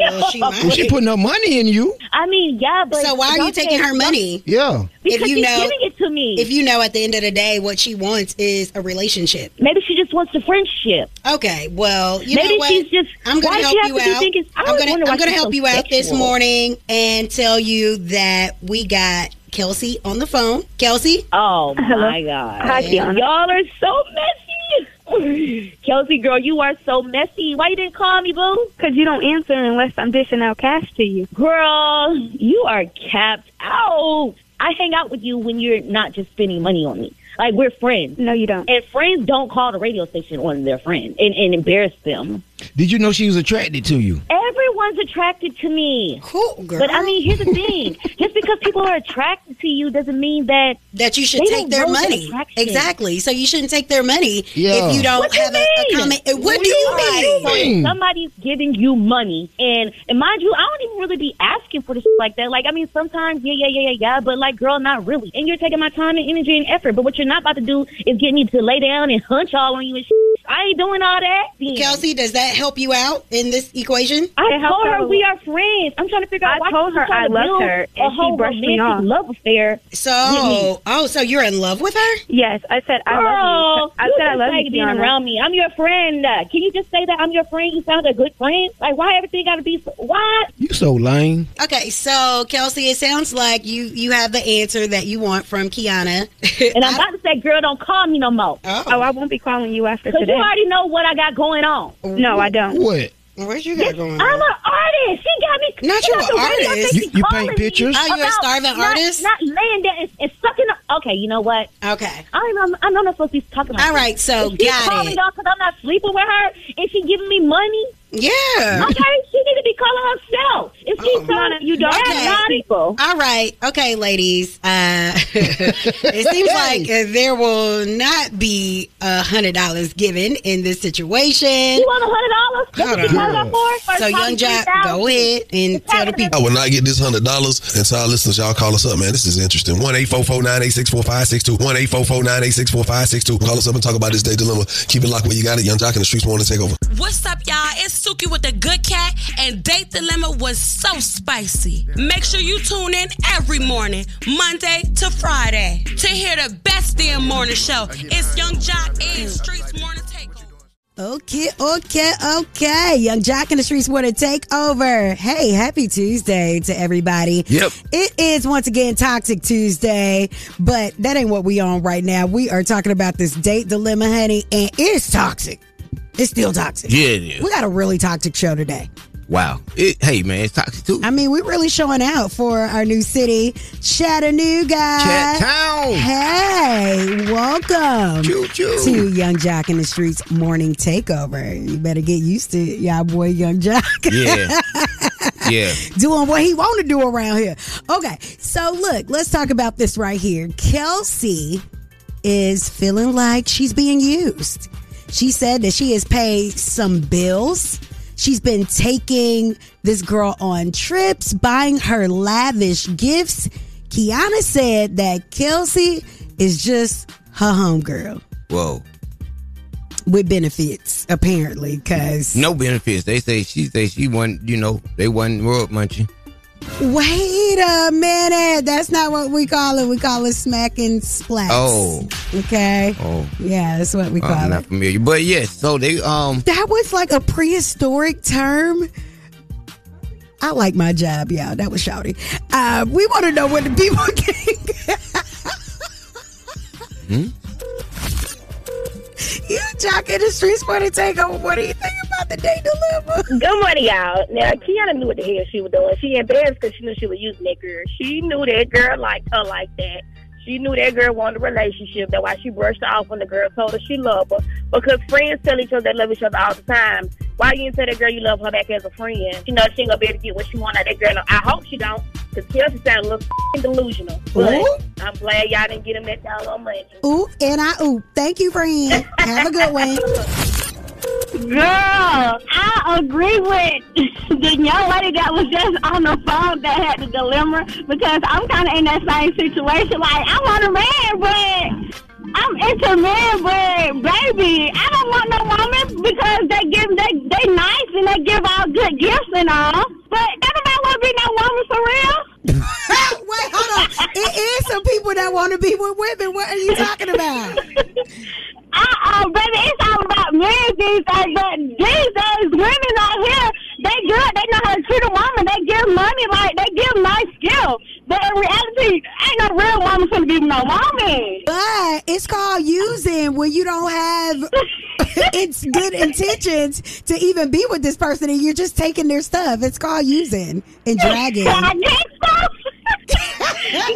[SPEAKER 3] Well, she might.
[SPEAKER 4] Well, she putting her money in you.
[SPEAKER 6] I mean, yeah, but
[SPEAKER 3] So why are you
[SPEAKER 6] y'all
[SPEAKER 3] taking
[SPEAKER 6] can't-
[SPEAKER 3] her money?
[SPEAKER 4] Yeah.
[SPEAKER 6] Because she's giving it to me.
[SPEAKER 3] If you know at the end of the day what she she wants is a relationship.
[SPEAKER 6] Maybe she just wants a friendship.
[SPEAKER 3] Okay, well, you
[SPEAKER 6] Maybe
[SPEAKER 3] know what?
[SPEAKER 6] she's just-
[SPEAKER 3] I'm going
[SPEAKER 6] why
[SPEAKER 3] to
[SPEAKER 6] does
[SPEAKER 3] help
[SPEAKER 6] she have
[SPEAKER 3] you
[SPEAKER 6] to be
[SPEAKER 3] out.
[SPEAKER 6] thinking- I
[SPEAKER 3] I'm
[SPEAKER 6] always
[SPEAKER 3] going
[SPEAKER 6] wonder
[SPEAKER 3] to
[SPEAKER 6] why
[SPEAKER 3] I'm going to
[SPEAKER 6] she's
[SPEAKER 3] help
[SPEAKER 6] so
[SPEAKER 3] you out this
[SPEAKER 6] sexual.
[SPEAKER 3] morning and tell you that we got Kelsey on the phone. Kelsey?
[SPEAKER 6] Oh my God.
[SPEAKER 3] Hi, Kelsey.
[SPEAKER 6] Y'all are so messy. Kelsey, girl, you are so messy. Why you didn't call me, boo?
[SPEAKER 22] Because you don't answer unless I'm dishing out cash to you.
[SPEAKER 6] Girl, you are capped out. I hang out with you when you're not just spending money on me. Like, we're friends.
[SPEAKER 22] No, you don't.
[SPEAKER 6] And friends don't call the radio station on their friend and, and embarrass them.
[SPEAKER 4] Did you know she was attracted to you?
[SPEAKER 6] Everyone's attracted to me.
[SPEAKER 3] Cool,
[SPEAKER 4] girl.
[SPEAKER 6] But I mean, here's the thing: just because people are attracted to you doesn't mean that
[SPEAKER 3] That you should
[SPEAKER 6] they
[SPEAKER 3] take
[SPEAKER 6] don't
[SPEAKER 3] their
[SPEAKER 6] know
[SPEAKER 3] money.
[SPEAKER 6] attraction.
[SPEAKER 3] Exactly. So you shouldn't take their money
[SPEAKER 6] Yeah.
[SPEAKER 3] if you don't
[SPEAKER 6] What you
[SPEAKER 3] have a, a
[SPEAKER 6] mean?
[SPEAKER 3] comment. What, do you mean?
[SPEAKER 6] Somebody's giving you money, and and mind you, I don't even really be asking for this shit like that. Like, I mean, sometimes, yeah, yeah, yeah, yeah, yeah, but like, girl, not really. And you're taking my time and energy and effort, but what you're not about to do is get me to lay down and hunch all on you and shit. I ain't doing all that. then.
[SPEAKER 3] Kelsey, does that help you out in this equation?
[SPEAKER 6] I told her we are friends. I'm trying to figure out
[SPEAKER 3] I
[SPEAKER 6] why
[SPEAKER 3] told
[SPEAKER 6] she's
[SPEAKER 3] her
[SPEAKER 6] trying
[SPEAKER 3] I
[SPEAKER 6] to
[SPEAKER 3] loved
[SPEAKER 6] build
[SPEAKER 3] her,
[SPEAKER 6] a
[SPEAKER 3] and she
[SPEAKER 6] whole
[SPEAKER 3] brushed me
[SPEAKER 22] off.
[SPEAKER 6] romantic love affair.
[SPEAKER 3] So, oh, so you're in love with her?
[SPEAKER 22] Yes, I said I love
[SPEAKER 6] Girl,
[SPEAKER 22] you. I said I
[SPEAKER 6] just
[SPEAKER 22] love
[SPEAKER 6] like
[SPEAKER 22] you,
[SPEAKER 6] being
[SPEAKER 22] Kiana.
[SPEAKER 6] around me. I'm your friend. Can you just say that I'm your friend? You sound a good friend. Like why everything gotta be so, why?
[SPEAKER 4] You so lame.
[SPEAKER 3] Okay, so Kelsey, it sounds like you you have the answer that you want from Kiana.
[SPEAKER 6] And I'm about to say, girl, don't call me no more.
[SPEAKER 3] Oh,
[SPEAKER 22] I won't be calling you after
[SPEAKER 6] Cause
[SPEAKER 22] today.
[SPEAKER 6] you already know what I got going on.
[SPEAKER 22] No, I don't. What?
[SPEAKER 3] Where's you
[SPEAKER 6] got going? I'm an artist. She got me.
[SPEAKER 3] Not
[SPEAKER 6] she
[SPEAKER 3] you
[SPEAKER 6] got
[SPEAKER 3] an
[SPEAKER 6] the radio
[SPEAKER 3] artist.
[SPEAKER 6] station
[SPEAKER 3] You- you paint
[SPEAKER 6] calling me
[SPEAKER 3] pictures? Oh, you're a
[SPEAKER 6] about
[SPEAKER 3] starving
[SPEAKER 6] not-
[SPEAKER 3] artist?
[SPEAKER 6] Not laying there and, and sucking. The, okay, you know what?
[SPEAKER 3] Okay.
[SPEAKER 6] I don't know. I know I'm not supposed to be talking. Like
[SPEAKER 3] All right,
[SPEAKER 6] this.
[SPEAKER 3] so
[SPEAKER 6] If she
[SPEAKER 3] got
[SPEAKER 6] calling
[SPEAKER 3] it.
[SPEAKER 6] y'all because I'm not sleeping with her, and she giving me money.
[SPEAKER 3] Yeah.
[SPEAKER 6] Okay, she need to be calling herself. If she
[SPEAKER 3] Oh.
[SPEAKER 6] calling, you don't
[SPEAKER 3] Okay.
[SPEAKER 6] have people.
[SPEAKER 3] All right. Okay, ladies. Uh, it seems like uh, there will not be a hundred dollars given in this situation. You
[SPEAKER 6] want a
[SPEAKER 3] hundred
[SPEAKER 2] That's what you called
[SPEAKER 6] dollars?
[SPEAKER 3] So, young Jock, go ahead and tell the people.
[SPEAKER 2] I will not get this hundred dollars. And so, our listeners, y'all call us up, man. This is interesting. One eight four four nine eight six four five six two. One eight four four nine eight six four five six two. Call us up and talk about this day dilemma. Keep it locked where you got it. Young Jock in the streets want to take over.
[SPEAKER 8] What's up, y'all? It's Suki with the Good Cat, and Date Dilemma was so spicy. Make sure you tune in every morning, Monday to Friday, to hear the best damn morning show. It's Young Jock and Streets Morning Take.
[SPEAKER 3] Okay, okay, okay. Young Jock in the streets want to take over. Hey, happy Tuesday to everybody.
[SPEAKER 10] Yep.
[SPEAKER 3] It is once again Toxic Tuesday, but that ain't what we on right now. We are talking about this date dilemma, honey, and it's toxic. It's still toxic.
[SPEAKER 4] Yeah, it is.
[SPEAKER 3] We got a really toxic show today.
[SPEAKER 4] Wow. It, hey, man, it's toxic too.
[SPEAKER 3] I mean, we're really showing out for our new city, Chattanooga.
[SPEAKER 4] Chat town.
[SPEAKER 3] Hey, welcome
[SPEAKER 4] Choo-choo.
[SPEAKER 3] to Young Jock in the Streets Morning Takeover. You better get used to it, y'all boy Young Jock.
[SPEAKER 4] Yeah. yeah.
[SPEAKER 3] doing what he want to do around here. Okay, so look, let's talk about this right here. Kelsey is feeling like she's being used. She said that she has paid some bills. She's been taking this girl on trips, buying her lavish gifts. Kiana said that Kelsey is just her homegirl
[SPEAKER 4] Whoa.
[SPEAKER 3] with benefits, apparently, because
[SPEAKER 4] No benefits. They say she say she wasn't, you know, they wasn't world munching.
[SPEAKER 3] Wait a minute. That's not what we call it. We call it smack and splash.
[SPEAKER 4] Oh.
[SPEAKER 3] Okay.
[SPEAKER 4] Oh.
[SPEAKER 3] Yeah, that's what we call
[SPEAKER 4] I'm
[SPEAKER 3] it.
[SPEAKER 4] not familiar. But yes, so they um
[SPEAKER 3] That was like a prehistoric term. I like my job, y'all. That was shouty. Uh, we want to know what the people
[SPEAKER 4] Hmm?
[SPEAKER 3] think. You jock in the streets want to take over. What do you think about the day dilemma?
[SPEAKER 10] Good morning,
[SPEAKER 8] y'all. Now, Kiana knew what the hell she was doing. She embarrassed because she knew she was using that girl. She knew that girl liked her like that. She knew that girl wanted a relationship. That's why she brushed her off when the girl told her she loved her. Because friends tell each other they love each other all the time. Why you didn't tell that girl you love her back as a friend? She know she ain't gonna be able to get what she want out of that girl. I hope she don't, because Kelsey sound a little f***ing delusional. But
[SPEAKER 3] Ooh.
[SPEAKER 8] I'm glad y'all didn't get him that dollar money.
[SPEAKER 3] Ooh, and I ooh. Thank you, friend. Have a good one.
[SPEAKER 10] Girl, I agree with the young lady that was just on the phone that had the dilemma because I'm kind of in that same situation. Like, I want a man, but I'm into men, but baby, I don't want no woman because they give they they nice and they give all good gifts and all. But nobody want to be no woman for real.
[SPEAKER 3] Wait, hold on. It is some people that want to be with women. What are you talking about?
[SPEAKER 10] Uh-oh, baby, it's all about men these days. But these days, women out here, they good. They know how to treat a woman. They give money like they give nice gifts. But in reality, ain't no real woman finna be no woman.
[SPEAKER 3] But it's called using when you don't have it's good intentions to even be with this person and you're just taking their stuff. It's called using and dragging.
[SPEAKER 10] I guess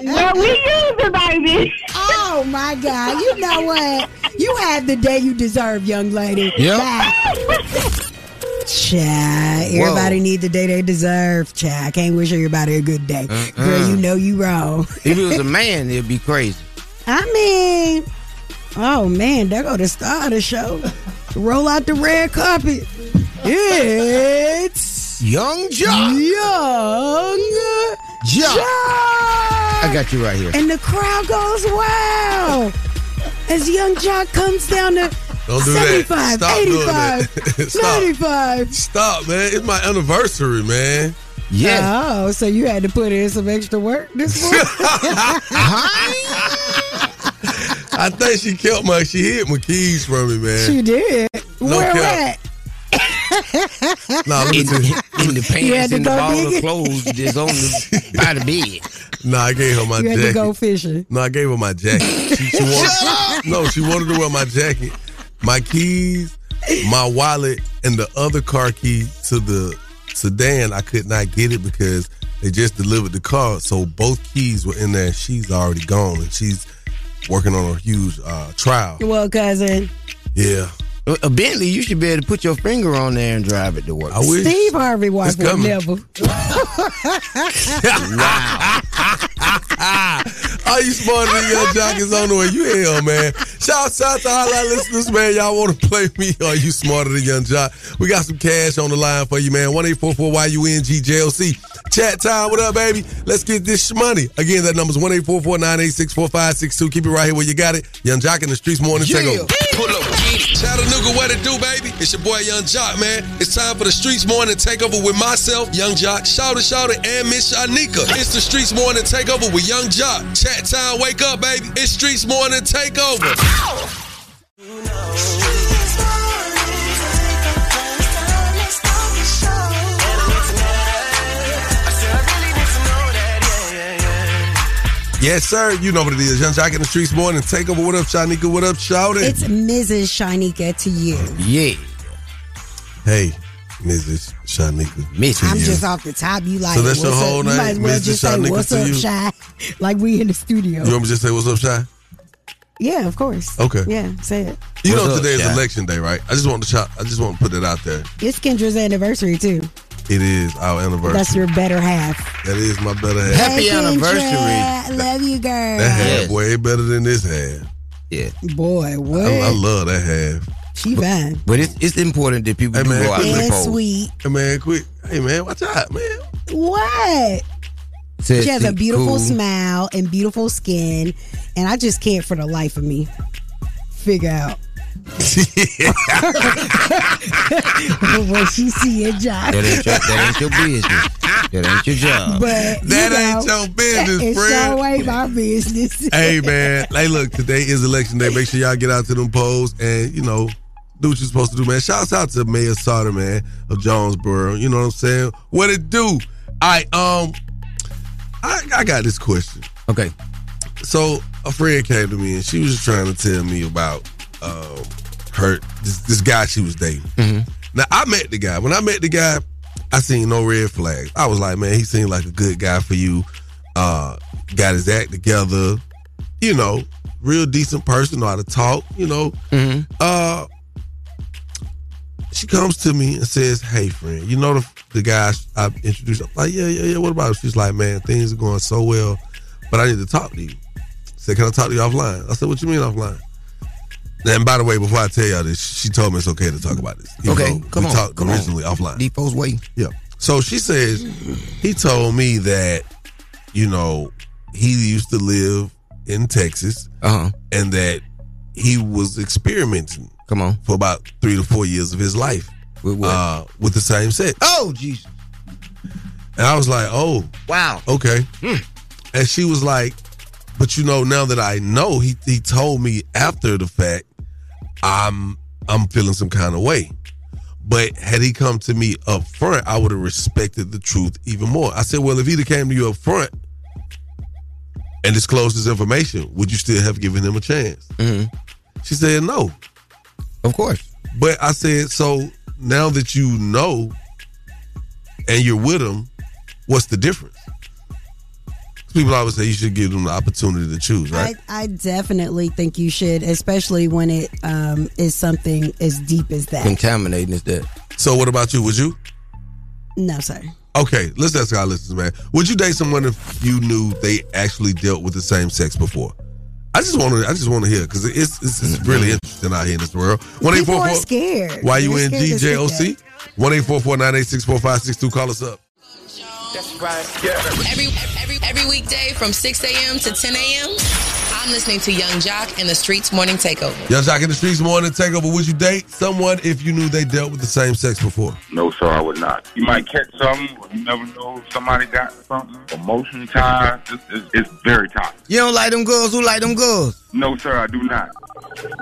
[SPEAKER 10] Well, we using, baby.
[SPEAKER 3] Oh my God. You know what? You had the day you deserve, young lady.
[SPEAKER 1] Yep.
[SPEAKER 3] Chad, everybody need the day they deserve. Chad, I can't wish everybody a good day. Girl,
[SPEAKER 4] Mm-mm.
[SPEAKER 3] you know you wrong.
[SPEAKER 4] If it was a man, it'd be crazy.
[SPEAKER 3] I mean, oh man, there go the star of the show. Roll out the red carpet. It's
[SPEAKER 4] Young Jock.
[SPEAKER 3] Young
[SPEAKER 4] Jock.
[SPEAKER 3] Jock.
[SPEAKER 4] I got you right here.
[SPEAKER 3] And the crowd goes wild as Young Jock comes down to
[SPEAKER 2] Don't do
[SPEAKER 3] 75,
[SPEAKER 2] that. Stop
[SPEAKER 3] 85,
[SPEAKER 2] doing that. Stop.
[SPEAKER 3] 95.
[SPEAKER 2] Stop, man. It's my anniversary, man.
[SPEAKER 3] Oh, so you had to put in some extra work this morning?
[SPEAKER 2] I think she kept my she hid my keys from me, man.
[SPEAKER 3] she did.
[SPEAKER 2] No
[SPEAKER 3] Where
[SPEAKER 2] cap.
[SPEAKER 3] at?
[SPEAKER 2] Nah, let me tell you.
[SPEAKER 4] In the
[SPEAKER 3] You had
[SPEAKER 4] pants,
[SPEAKER 3] to
[SPEAKER 4] in the
[SPEAKER 3] go
[SPEAKER 4] ball
[SPEAKER 3] dig
[SPEAKER 4] of
[SPEAKER 3] it?
[SPEAKER 4] clothes that's on the by the bed.
[SPEAKER 2] Nah, I gave her my
[SPEAKER 3] You had to
[SPEAKER 2] jacket.
[SPEAKER 3] go fishing.
[SPEAKER 2] No, I gave her my jacket. She, she wanted, no, she wanted to wear my jacket, my keys, my wallet, and the other car key to the sedan. I could not get it because they just delivered the car, so both keys were in there. She's already gone, and she's working on a huge uh, trial.
[SPEAKER 3] Well, cousin,
[SPEAKER 2] Yeah,
[SPEAKER 4] A a Uh, Bentley, you should be able to put your finger on there and drive it to work.
[SPEAKER 3] Steve Harvey White
[SPEAKER 4] It's
[SPEAKER 3] would
[SPEAKER 4] coming.
[SPEAKER 3] never.
[SPEAKER 2] wow. All you smarter than young jockeys on the way. You hell, man. Shout out to all our listeners, man. Y'all want to play me? Are you smarter than young jock? We got some cash on the line for you, man. One eight four four YUNG JLC. Chat time. What up, baby? Let's get this money. Again, that number's one eight four four nine eight six four five six two. Keep it right here where you got it. Young Jock in the streets morning. Take over. Pull up, Chattanooga, what it do, baby? It's your boy Young Jock, man. It's time for the Streets Morning Takeover with myself, Young Jock, Shouter Shouter, and Miss Shanika. It's the Streets Morning Takeover with Young Jock. Chat time, wake up, baby. It's Streets Morning Takeover. Yes, sir. You know what it is. Young Jock in the Streets Morning Takeover. What up, Shanika? What up, Shouter?
[SPEAKER 3] It's Mrs. Shanika to you.
[SPEAKER 2] yeah. Hey, Mrs. Shanika. Mrs.
[SPEAKER 3] I'm just off the top. You like
[SPEAKER 2] So that's
[SPEAKER 3] what's
[SPEAKER 2] your whole
[SPEAKER 3] up? You might as
[SPEAKER 2] name,
[SPEAKER 3] well
[SPEAKER 2] Mrs.
[SPEAKER 3] just say
[SPEAKER 2] Shanika
[SPEAKER 3] what's
[SPEAKER 2] to
[SPEAKER 3] up,
[SPEAKER 2] you?
[SPEAKER 3] shy. Like we in the studio.
[SPEAKER 2] You want me to just say what's up, Shy?
[SPEAKER 3] Yeah, of course.
[SPEAKER 2] Okay.
[SPEAKER 3] Yeah, say it.
[SPEAKER 2] You know
[SPEAKER 4] up,
[SPEAKER 2] today is
[SPEAKER 4] Shy?
[SPEAKER 2] election day, right? I just want to shout, I just want to put it out there.
[SPEAKER 3] It's Kendra's anniversary too.
[SPEAKER 2] It is our anniversary.
[SPEAKER 3] That's your better half.
[SPEAKER 2] That is my better half.
[SPEAKER 3] Hey, Kendra. Love you, girl.
[SPEAKER 2] That half way better than this half. Yeah.
[SPEAKER 3] Boy, what?
[SPEAKER 2] I, I love that half.
[SPEAKER 3] she fine.
[SPEAKER 4] But it's it's important that people do go out
[SPEAKER 3] And
[SPEAKER 4] and vote.
[SPEAKER 3] sweet.
[SPEAKER 2] Hey man, quick. Hey man, watch out, man.
[SPEAKER 3] What? she has a
[SPEAKER 4] Sexy,
[SPEAKER 3] beautiful
[SPEAKER 4] cool.
[SPEAKER 3] smile and beautiful skin, and I just can't for the life of me figure out what she see in Josh.
[SPEAKER 4] That ain't your, that ain't your business. That ain't your job.
[SPEAKER 3] But you
[SPEAKER 2] That ain't
[SPEAKER 3] know,
[SPEAKER 2] your business,
[SPEAKER 3] it
[SPEAKER 2] friend.
[SPEAKER 3] sure ain't my business.
[SPEAKER 2] hey man. Hey look, today is election day. Make sure y'all get out to them polls and you know, do what you're supposed to do, man. Shouts out to Mayor Sauter, man, of Jonesboro. You know what I'm saying? What it do? I um I, I got this question. Okay. So a friend came to me and she was just trying to tell me about um her this, this guy she was dating.
[SPEAKER 4] Mm-hmm.
[SPEAKER 2] Now I met the guy. When I met the guy, I seen no red flags. I was like, man, he seemed like a good guy for you. Uh, got his act together. You know, real decent person, know how to talk. You know.
[SPEAKER 4] Mm-hmm.
[SPEAKER 2] Uh, she comes to me and says, "Hey, friend, you know the the guy I introduced." I'm like, "Yeah, yeah, yeah. What about?" It? She's like, "Man, things are going so well, but I need to talk to you." said, "Can I talk to you offline?" I said, "What you mean offline?" And by the way, before I tell y'all this, she told me it's okay to talk about this. even
[SPEAKER 4] Okay,
[SPEAKER 2] though
[SPEAKER 4] come
[SPEAKER 2] we
[SPEAKER 4] on,
[SPEAKER 2] talked
[SPEAKER 4] come on.
[SPEAKER 2] originally offline.
[SPEAKER 4] Depot's waiting.
[SPEAKER 2] Yeah. So she says he told me that you know he used to live in Texas, uh-huh. and that he was experimenting. Come on, for about three to four years of his life with Uh, with the same sex.
[SPEAKER 4] Oh, Jesus.
[SPEAKER 2] And I was like, oh,
[SPEAKER 4] wow,
[SPEAKER 2] Hmm. okay. And she was like, But you know, now that I know, he he told me after the fact, I'm I'm feeling some kind of way. But had he come to me up front, I would have respected the truth even more. I said, well, if he'd have came to you up front and disclosed this information, would you still have given him a chance? She said, no.
[SPEAKER 4] Of course.
[SPEAKER 2] But I said, so now that you know and you're with him, what's the difference? 'Cause People always say you should give them the opportunity to choose, right?
[SPEAKER 3] I, I definitely think you should, especially when it um, is something as deep as that.
[SPEAKER 2] Contaminating is that. So what about you? Would you?
[SPEAKER 3] No, sir.
[SPEAKER 2] Okay, let's ask our listeners, man. Would you date someone if you knew they actually dealt with the same sex before? I just want to. I just want to hear because it's, it's it's really interesting out here in this world. One eight
[SPEAKER 3] People
[SPEAKER 2] four
[SPEAKER 3] are
[SPEAKER 2] four.
[SPEAKER 3] scared.
[SPEAKER 2] Why you
[SPEAKER 3] They're
[SPEAKER 2] in
[SPEAKER 3] scared to speak
[SPEAKER 2] DJOC? One eight four four nine eight six four five six two. Call us up.
[SPEAKER 18] That's right. Yeah.
[SPEAKER 11] Every, every, every weekday from 6 a.m. to 10 a.m., I'm listening to Young Jock and the Streets Morning Takeover.
[SPEAKER 2] Y'all jock in the streets morning takeover. Would you date someone if you knew they dealt with the same sex before?
[SPEAKER 12] No, sir, I would not. You might catch something, or you never know if somebody got something. Emotion ties, it's, it's, it's very toxic.
[SPEAKER 4] You don't like them girls who like them girls.
[SPEAKER 12] No, sir, I do not.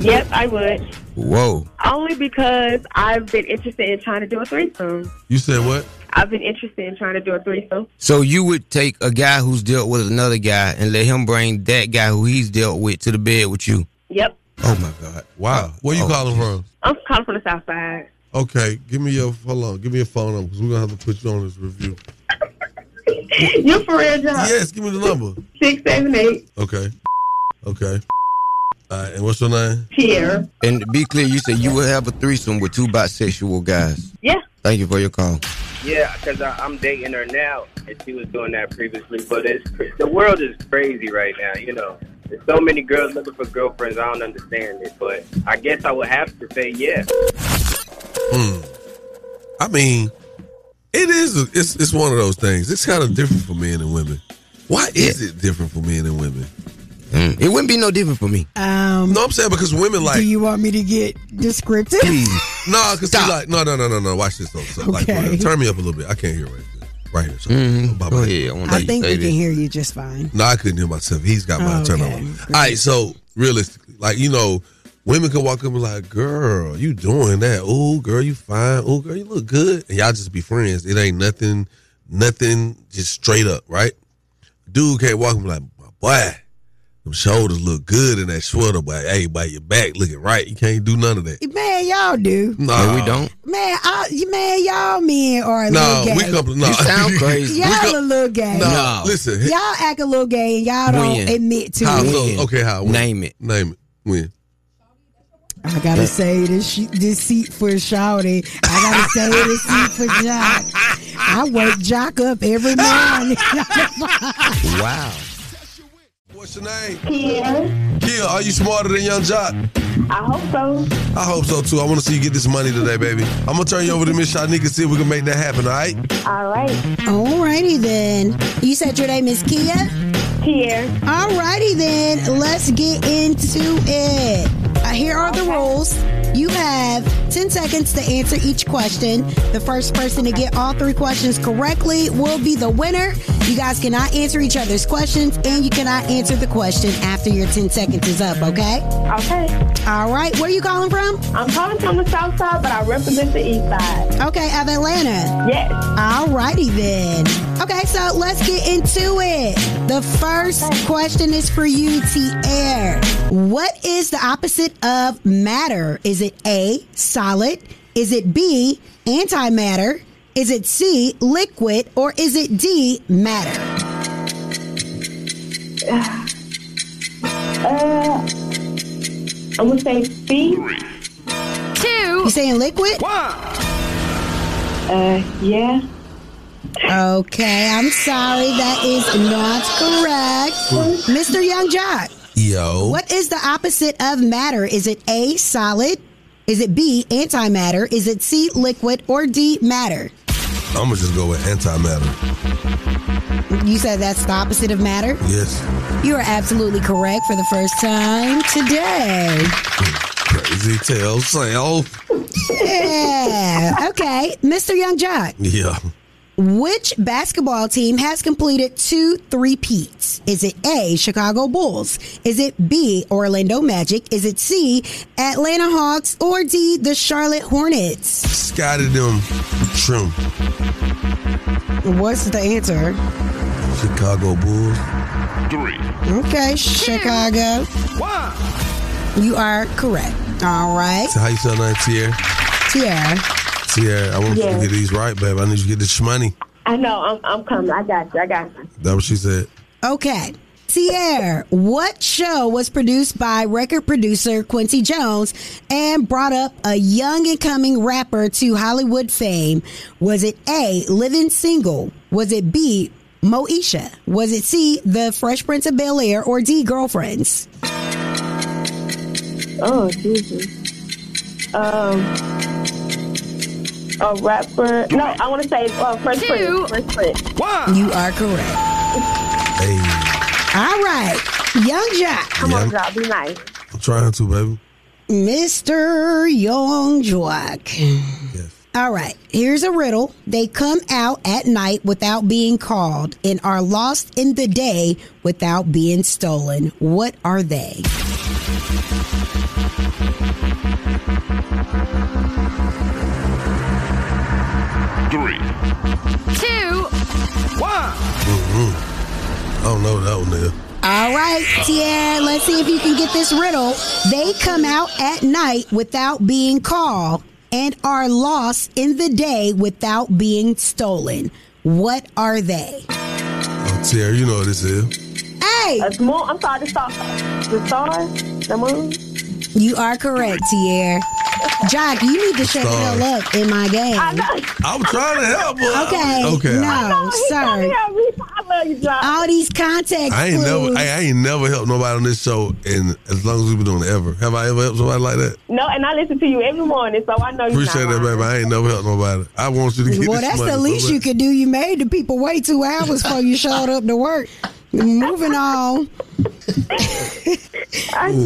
[SPEAKER 22] Yes, I would.
[SPEAKER 4] Whoa.
[SPEAKER 22] Only because I've been interested in trying to do a threesome.
[SPEAKER 2] You said what?
[SPEAKER 22] I've been interested in trying to do a threesome.
[SPEAKER 4] So you would take a guy who's dealt with another guy and let him bring that guy who he's dealt with to the bed with you.
[SPEAKER 22] Yep.
[SPEAKER 4] Oh my God.
[SPEAKER 2] Wow. Where you calling from?
[SPEAKER 22] I'm calling from the south side.
[SPEAKER 2] Okay, give me your hold on. Give me your phone number because we're gonna have to put you on this review.
[SPEAKER 22] you for real, John?
[SPEAKER 2] Yes, give me the number.
[SPEAKER 22] Six, seven, eight.
[SPEAKER 2] Okay. Okay. All right, and what's your name?
[SPEAKER 22] Pierre.
[SPEAKER 4] And to be clear, you said you would have a threesome with two bisexual guys.
[SPEAKER 22] Yeah.
[SPEAKER 4] Thank you for your call.
[SPEAKER 14] Yeah, because I'm dating her now, and she was doing that previously. But it's cr- the world is crazy right now, you know. There's so many girls looking for girlfriends. I don't understand it, but I guess I would have to say yeah.
[SPEAKER 2] Hmm. I mean, it is. It's it's one of those things. It's kind of different for men and women. Why is it different for men and women?
[SPEAKER 4] Hmm. It wouldn't be no different for me.
[SPEAKER 3] Um,
[SPEAKER 2] no, I'm saying because women like.
[SPEAKER 3] Do you want me to get descriptive?
[SPEAKER 2] No, because she like no, no, no, no, no. Watch this though. So, like,
[SPEAKER 3] Okay.
[SPEAKER 2] for real. turn me up a little bit. I can't hear right here. Right here. So, Go ahead.
[SPEAKER 3] I think we can hear you just fine.
[SPEAKER 2] No, I couldn't hear myself. He's got my
[SPEAKER 3] Oh,
[SPEAKER 2] turn
[SPEAKER 3] okay.
[SPEAKER 2] on. All right, so realistically, like you know, women can walk up and be like, "Girl, you doing that? Oh, girl, you fine. Oh, girl, you look good." And y'all just be friends. It ain't nothing, nothing, just straight up, right? Dude can't walk up and be like, "My boy, them shoulders look good in that sweater, but hey, by your back looking right, you can't do none of that."
[SPEAKER 3] Man, y'all do.
[SPEAKER 2] No, we don't.
[SPEAKER 3] Man, I, you- man, y'all men are a
[SPEAKER 2] No,
[SPEAKER 3] little
[SPEAKER 2] we
[SPEAKER 3] gay.
[SPEAKER 2] come. No,
[SPEAKER 3] Y'all a little gay.
[SPEAKER 2] No, No. listen.
[SPEAKER 3] Y'all act a little gay and y'all don't
[SPEAKER 2] When?
[SPEAKER 3] admit to
[SPEAKER 2] How
[SPEAKER 3] it.
[SPEAKER 2] so? Okay, how? Name it. Name it. When?
[SPEAKER 3] I gotta say this sh- this seat for Shawty. I gotta say this seat for Jock. I wake Jock up every morning.
[SPEAKER 2] Wow. What's your name? Kia. Kia, are you smarter than Young Jock? I hope so. I hope so too. I want to see you get this money today, baby. I'm gonna turn you over to Miss Shanika see if we can make that happen. All right?
[SPEAKER 3] All right. Alrighty then. You said your name is Kia? Kia. Alrighty then. Let's get into it. Uh, here are the rules. You have 10 seconds to answer each question. The first person to get all three questions correctly will be the winner. You guys cannot answer each other's questions and you cannot answer the question after your 10 seconds is up, okay? Okay. All right. Where you calling from? I'm calling from the south side, but I represent the east side. Okay, of Atlanta. Yes. All righty then. Okay, so let's get into it. The first question is for you, T. Air. What is the opposite of matter? Is it A, solid? Is it B, antimatter? Is it C, liquid? Or is it D, matter?
[SPEAKER 22] Uh, I'm gonna say B.
[SPEAKER 3] Two. You saying liquid? Uh, yeah. Okay, I'm sorry. That is not correct. Mr. Young Jock,
[SPEAKER 2] Yo.
[SPEAKER 3] what is the opposite of matter? Is it A, solid? Is it B, antimatter? Is it C, liquid? Or D, matter?
[SPEAKER 2] I'm gonna just go with antimatter.
[SPEAKER 3] You said that's the opposite of matter?
[SPEAKER 2] Yes.
[SPEAKER 3] You are absolutely correct for the first time today.
[SPEAKER 2] Crazy tale self.
[SPEAKER 3] Yeah. Okay, Mr. Young Jock,
[SPEAKER 2] Yeah.
[SPEAKER 3] Which basketball team has completed two three-peats? Is it A, Chicago Bulls? Is it B, Orlando Magic? Is it C, Atlanta Hawks? Or D, the Charlotte Hornets?
[SPEAKER 2] Scotty them shroom.
[SPEAKER 3] What's the answer?
[SPEAKER 2] Chicago Bulls.
[SPEAKER 12] Three.
[SPEAKER 3] Okay, Chicago. You are correct. All right.
[SPEAKER 2] So how you sound like Tierra?
[SPEAKER 3] Tierra.
[SPEAKER 2] Tierra, I want you
[SPEAKER 8] Yeah.
[SPEAKER 2] to get these right, babe. I need you to get this money.
[SPEAKER 8] I know. I'm, I'm coming. I got you. I got you.
[SPEAKER 2] That what she said.
[SPEAKER 3] Okay. Sierra, what show was produced by record producer Quincy Jones and brought up a young incoming rapper to Hollywood fame? Was it A, Living Single? Was it B, Moesha? Was it C, The Fresh Prince of Bel Air? Or D, Girlfriends?
[SPEAKER 8] Oh, Jesus. Um, a rapper. No, I want to say uh, Fresh Prince. Fresh Prince.
[SPEAKER 3] You are correct. All right. Young Jock.
[SPEAKER 8] Come on,
[SPEAKER 2] Yeah.
[SPEAKER 8] y'all. Be nice.
[SPEAKER 2] I'm trying to, baby.
[SPEAKER 3] Mr. Young Jock. Mm. All right, here's a riddle. They come out at night without being called and are lost in the day without being stolen. What are they?
[SPEAKER 12] Three.
[SPEAKER 3] Two. One.
[SPEAKER 2] Mm-hmm. I don't know that one there.
[SPEAKER 3] All right, Tierra, let's see if you can get this riddle. They come out at night without being called and are lost in the day without being stolen. What are they?
[SPEAKER 2] Oh, Tierra, you know what this is.
[SPEAKER 3] Hey!
[SPEAKER 8] moon. I'm sorry, the star. The star? The moon?
[SPEAKER 3] You are correct, Tierre. Jock, you need to shut the hell up in my game.
[SPEAKER 2] I'm trying to help her.
[SPEAKER 3] Okay.
[SPEAKER 2] Okay, I-
[SPEAKER 3] No, sir. All these contacts.
[SPEAKER 2] I ain't never, I, I ain't never helped nobody on this show, and as long as we've been doing it ever, have I ever helped somebody like that?
[SPEAKER 8] No, and I listen to you every morning, so I know you're
[SPEAKER 2] Appreciate that, baby. I ain't never helped nobody. I want you to get
[SPEAKER 3] well,
[SPEAKER 2] this
[SPEAKER 3] that's
[SPEAKER 2] money
[SPEAKER 3] the
[SPEAKER 2] so
[SPEAKER 3] least
[SPEAKER 2] bad.
[SPEAKER 3] you could do. You made the people wait two hours before you showed up to work. Moving on.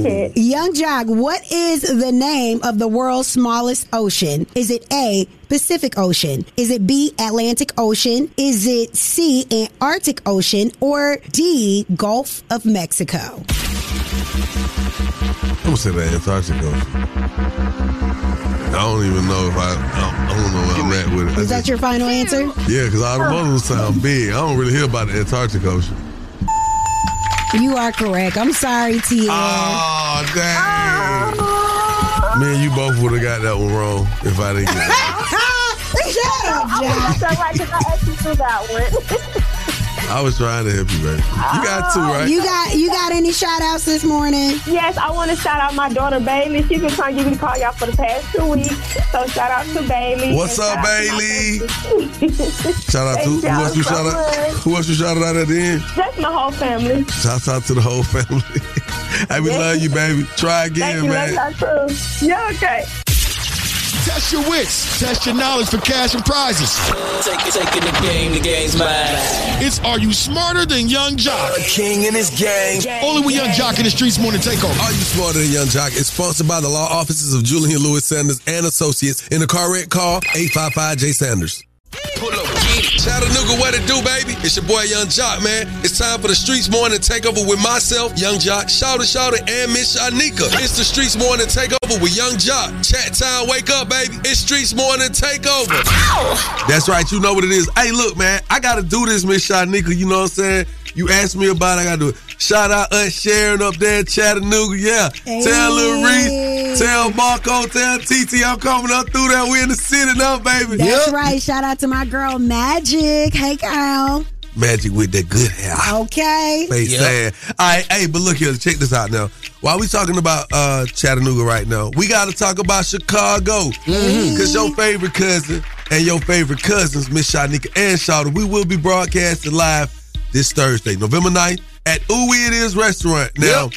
[SPEAKER 8] can't.
[SPEAKER 3] Young Jock, what is the name of the world's smallest ocean? Is it A, Pacific Ocean? Is it B, Atlantic Ocean? Is it C, Antarctic Ocean? Or D, Gulf of Mexico?
[SPEAKER 2] I'm gonna say that Antarctic Ocean. I don't even know if I, I don't, I don't know where I'm at with it. I
[SPEAKER 3] Is that
[SPEAKER 2] just-
[SPEAKER 3] your final answer?
[SPEAKER 2] yeah, because all the others sound big. I don't really hear about the Antarctic Ocean.
[SPEAKER 3] You are correct. I'm sorry, Tia.
[SPEAKER 2] Oh, dang. Man, you both would have got that one wrong if I didn't get it.
[SPEAKER 3] Shut up,
[SPEAKER 8] Jack. I'm right because I actually threw that one.
[SPEAKER 2] I was trying to help you, baby. You got
[SPEAKER 8] Ah,
[SPEAKER 2] two, right?
[SPEAKER 3] Oh, You got you got any shout outs this morning?
[SPEAKER 8] Yes, I want to shout out my daughter Bailey. She's been trying to give me a call y'all for the past two weeks. So shout out to Bailey.
[SPEAKER 2] What's
[SPEAKER 8] And shout
[SPEAKER 2] up,
[SPEAKER 8] out
[SPEAKER 2] Bailey?
[SPEAKER 8] to my sister.
[SPEAKER 2] Shout out
[SPEAKER 8] Thank
[SPEAKER 2] to who
[SPEAKER 8] y'all
[SPEAKER 2] else you
[SPEAKER 8] so
[SPEAKER 2] shout out?
[SPEAKER 8] much.
[SPEAKER 2] Who else you shouted out at the end?
[SPEAKER 8] That's my whole family.
[SPEAKER 2] Shout out to the whole family. hey, we love you, baby. Try
[SPEAKER 8] Thank
[SPEAKER 2] again,
[SPEAKER 8] you.
[SPEAKER 2] man.
[SPEAKER 8] Love y'all too. Yeah, okay.
[SPEAKER 7] Test your wits. Test your knowledge for cash and prizes.
[SPEAKER 1] Take it, taking the game, the game's mine.
[SPEAKER 7] It's Are You Smarter Than Young Jock? king in his gang. Only with Young Jock in the streets morning takeover.
[SPEAKER 2] Are you smarter than Young Jock? It's sponsored by the law offices of Julian Lewis Sanders and Associates. In a car wreck, call 855 J Sanders. Pull up, get it. Chattanooga, what it do, baby? It's your boy Young Jock, man. It's time for the Streets Morning Takeover with myself, Young Jock, Shouta Shouta, and Miss Shanika. It's the Streets Morning Takeover with Young Jock. Chat time, wake up, baby. It's Streets Morning Takeover. That's right, you know what it is. Hey, look, man, I gotta do this, Miss Shanika. You know what I'm saying? You asked me about it, I gotta do it. Shout out Aunt Sharon up there in Chattanooga. Yeah. Tell Lil Reese, tell Marco, tell TT, I'm coming up through there. We in the city now, baby.
[SPEAKER 3] That's right. Shout out to my girl Magic. Hey girl.
[SPEAKER 2] Magic with that good hair.
[SPEAKER 3] Okay.
[SPEAKER 2] Face sad. All right, hey, but look here, check this out now. While we talking about uh, Chattanooga right now, we got to talk about Chicago.
[SPEAKER 3] Mm-hmm.
[SPEAKER 2] Because your favorite cousin and your favorite cousins, Miss Shanika and Shawty, we will be broadcasting live this Thursday, November 9th at Ooh It Is Restaurant. Now,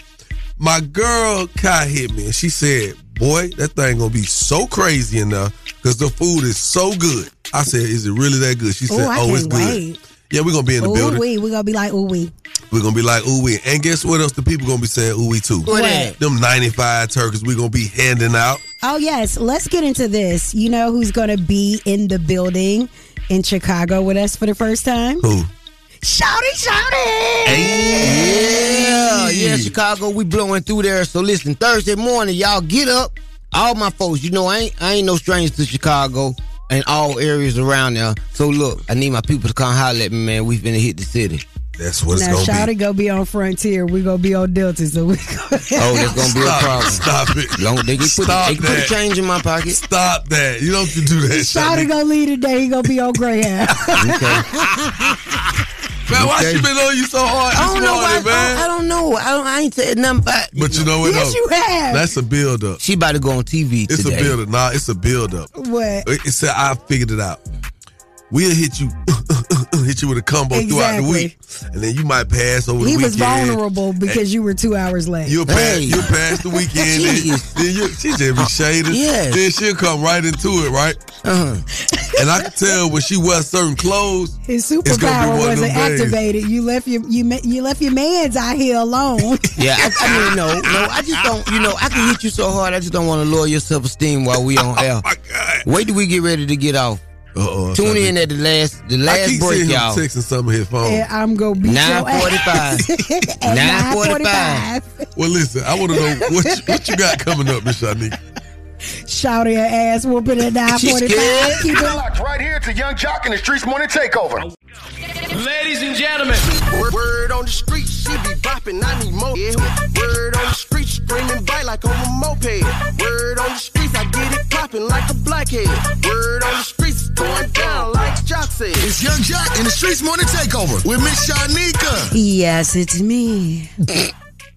[SPEAKER 2] my girl Kai hit me and she said, Boy, that thing gonna be so crazy enough because the food is so good. I said, Is it really that good? She
[SPEAKER 3] Ooh,
[SPEAKER 2] said,
[SPEAKER 3] I
[SPEAKER 2] Oh, it's
[SPEAKER 3] can't
[SPEAKER 2] good.
[SPEAKER 3] wait.
[SPEAKER 2] Yeah, we're gonna be in the
[SPEAKER 3] Ooh
[SPEAKER 2] building.
[SPEAKER 3] wee. We're gonna be like, ooh wee.
[SPEAKER 2] We're gonna be like ooh we, and guess what else? The people gonna be saying ooh we too.
[SPEAKER 3] What is?
[SPEAKER 2] Them ninety five turkeys we gonna be handing out.
[SPEAKER 3] Oh yes, let's get into this. You know who's gonna be in the building. in Chicago with us for the first time?
[SPEAKER 23] Who?
[SPEAKER 3] Shouty, shouty!
[SPEAKER 4] Yeah, yeah, Chicago, we blowing through there. So listen, Thursday morning, y'all get up. All my folks, you know, I ain't I ain't no stranger to Chicago and all areas around there. So look, I need my people to come holler at me, man. We've been hit the city.
[SPEAKER 23] That's what
[SPEAKER 3] now, Shouty gonna be on Frontier. We gonna be on Delta, so we.
[SPEAKER 4] Oh, that's gonna be a
[SPEAKER 3] Stop,
[SPEAKER 4] problem.
[SPEAKER 23] Stop it.
[SPEAKER 4] Long, they can put,
[SPEAKER 2] Stop
[SPEAKER 4] they can put
[SPEAKER 2] that.
[SPEAKER 4] a change in my pocket.
[SPEAKER 23] Stop that. You don't do that.
[SPEAKER 3] Shouty gonna leave today. He gonna be on Greyhound.
[SPEAKER 2] Man, why she been on you so hard
[SPEAKER 4] I
[SPEAKER 2] this
[SPEAKER 4] don't know why.
[SPEAKER 2] morning, man?
[SPEAKER 4] I, I don't know. I, don't, I ain't said nothing about.
[SPEAKER 2] But you know what,
[SPEAKER 4] Yes,
[SPEAKER 2] though?
[SPEAKER 4] you have.
[SPEAKER 2] That's a build up.
[SPEAKER 4] She about to go on TV.
[SPEAKER 2] It's
[SPEAKER 4] today.
[SPEAKER 2] a build up. Nah, it's a build up.
[SPEAKER 3] What?
[SPEAKER 2] It- It's a, I figured it out. We'll hit you, hit you with a combo throughout the week, and then you might pass over
[SPEAKER 3] he
[SPEAKER 2] the
[SPEAKER 3] was
[SPEAKER 2] weekend.
[SPEAKER 3] vulnerable because you were two hours late.
[SPEAKER 2] You'll pass, you'll pass the weekend. then, then you, she just be shaded.
[SPEAKER 3] Yes.
[SPEAKER 2] Then she'll come right into it, right?
[SPEAKER 4] Uh-huh.
[SPEAKER 2] and I can tell when she wears certain clothes,
[SPEAKER 3] His
[SPEAKER 2] it's gonna be
[SPEAKER 3] superpower
[SPEAKER 2] one of
[SPEAKER 3] wasn't
[SPEAKER 2] them days.
[SPEAKER 3] activated. You left your you ma- you left your man's out here alone.
[SPEAKER 4] Yeah, I, I mean, no, no, I just don't, you know, I can hit you so hard, I just don't want to lower your self esteem while we on air. Wait till we get ready to get off.
[SPEAKER 2] Oh, Uh-oh,
[SPEAKER 4] Tune in at the last, the
[SPEAKER 2] I
[SPEAKER 4] last
[SPEAKER 2] keep
[SPEAKER 4] break,
[SPEAKER 2] seeing him
[SPEAKER 4] y'all.
[SPEAKER 2] texting some of his phone.
[SPEAKER 3] and I'm gonna beat your ass.
[SPEAKER 4] 9:45.
[SPEAKER 3] At
[SPEAKER 4] 9:45.
[SPEAKER 2] Well, listen, I want to know what you, what you got coming up, Miss Shanika.
[SPEAKER 3] Shouty her ass whooping at nine forty five.
[SPEAKER 7] Keep it locked right here to Young Jock and the Streets Morning Takeover.
[SPEAKER 13] Ladies and gentlemen,
[SPEAKER 1] Word, word on the street, she be bopping, I need more. Yeah. Word on the street, screaming bite like on a moped. Word on the streets, I get it popping like a blackhead. Word on the streets, it's going down like Jock said.
[SPEAKER 7] It's Young Jock and the Streets Morning Takeover with Miss Shanika.
[SPEAKER 3] Yes, it's me.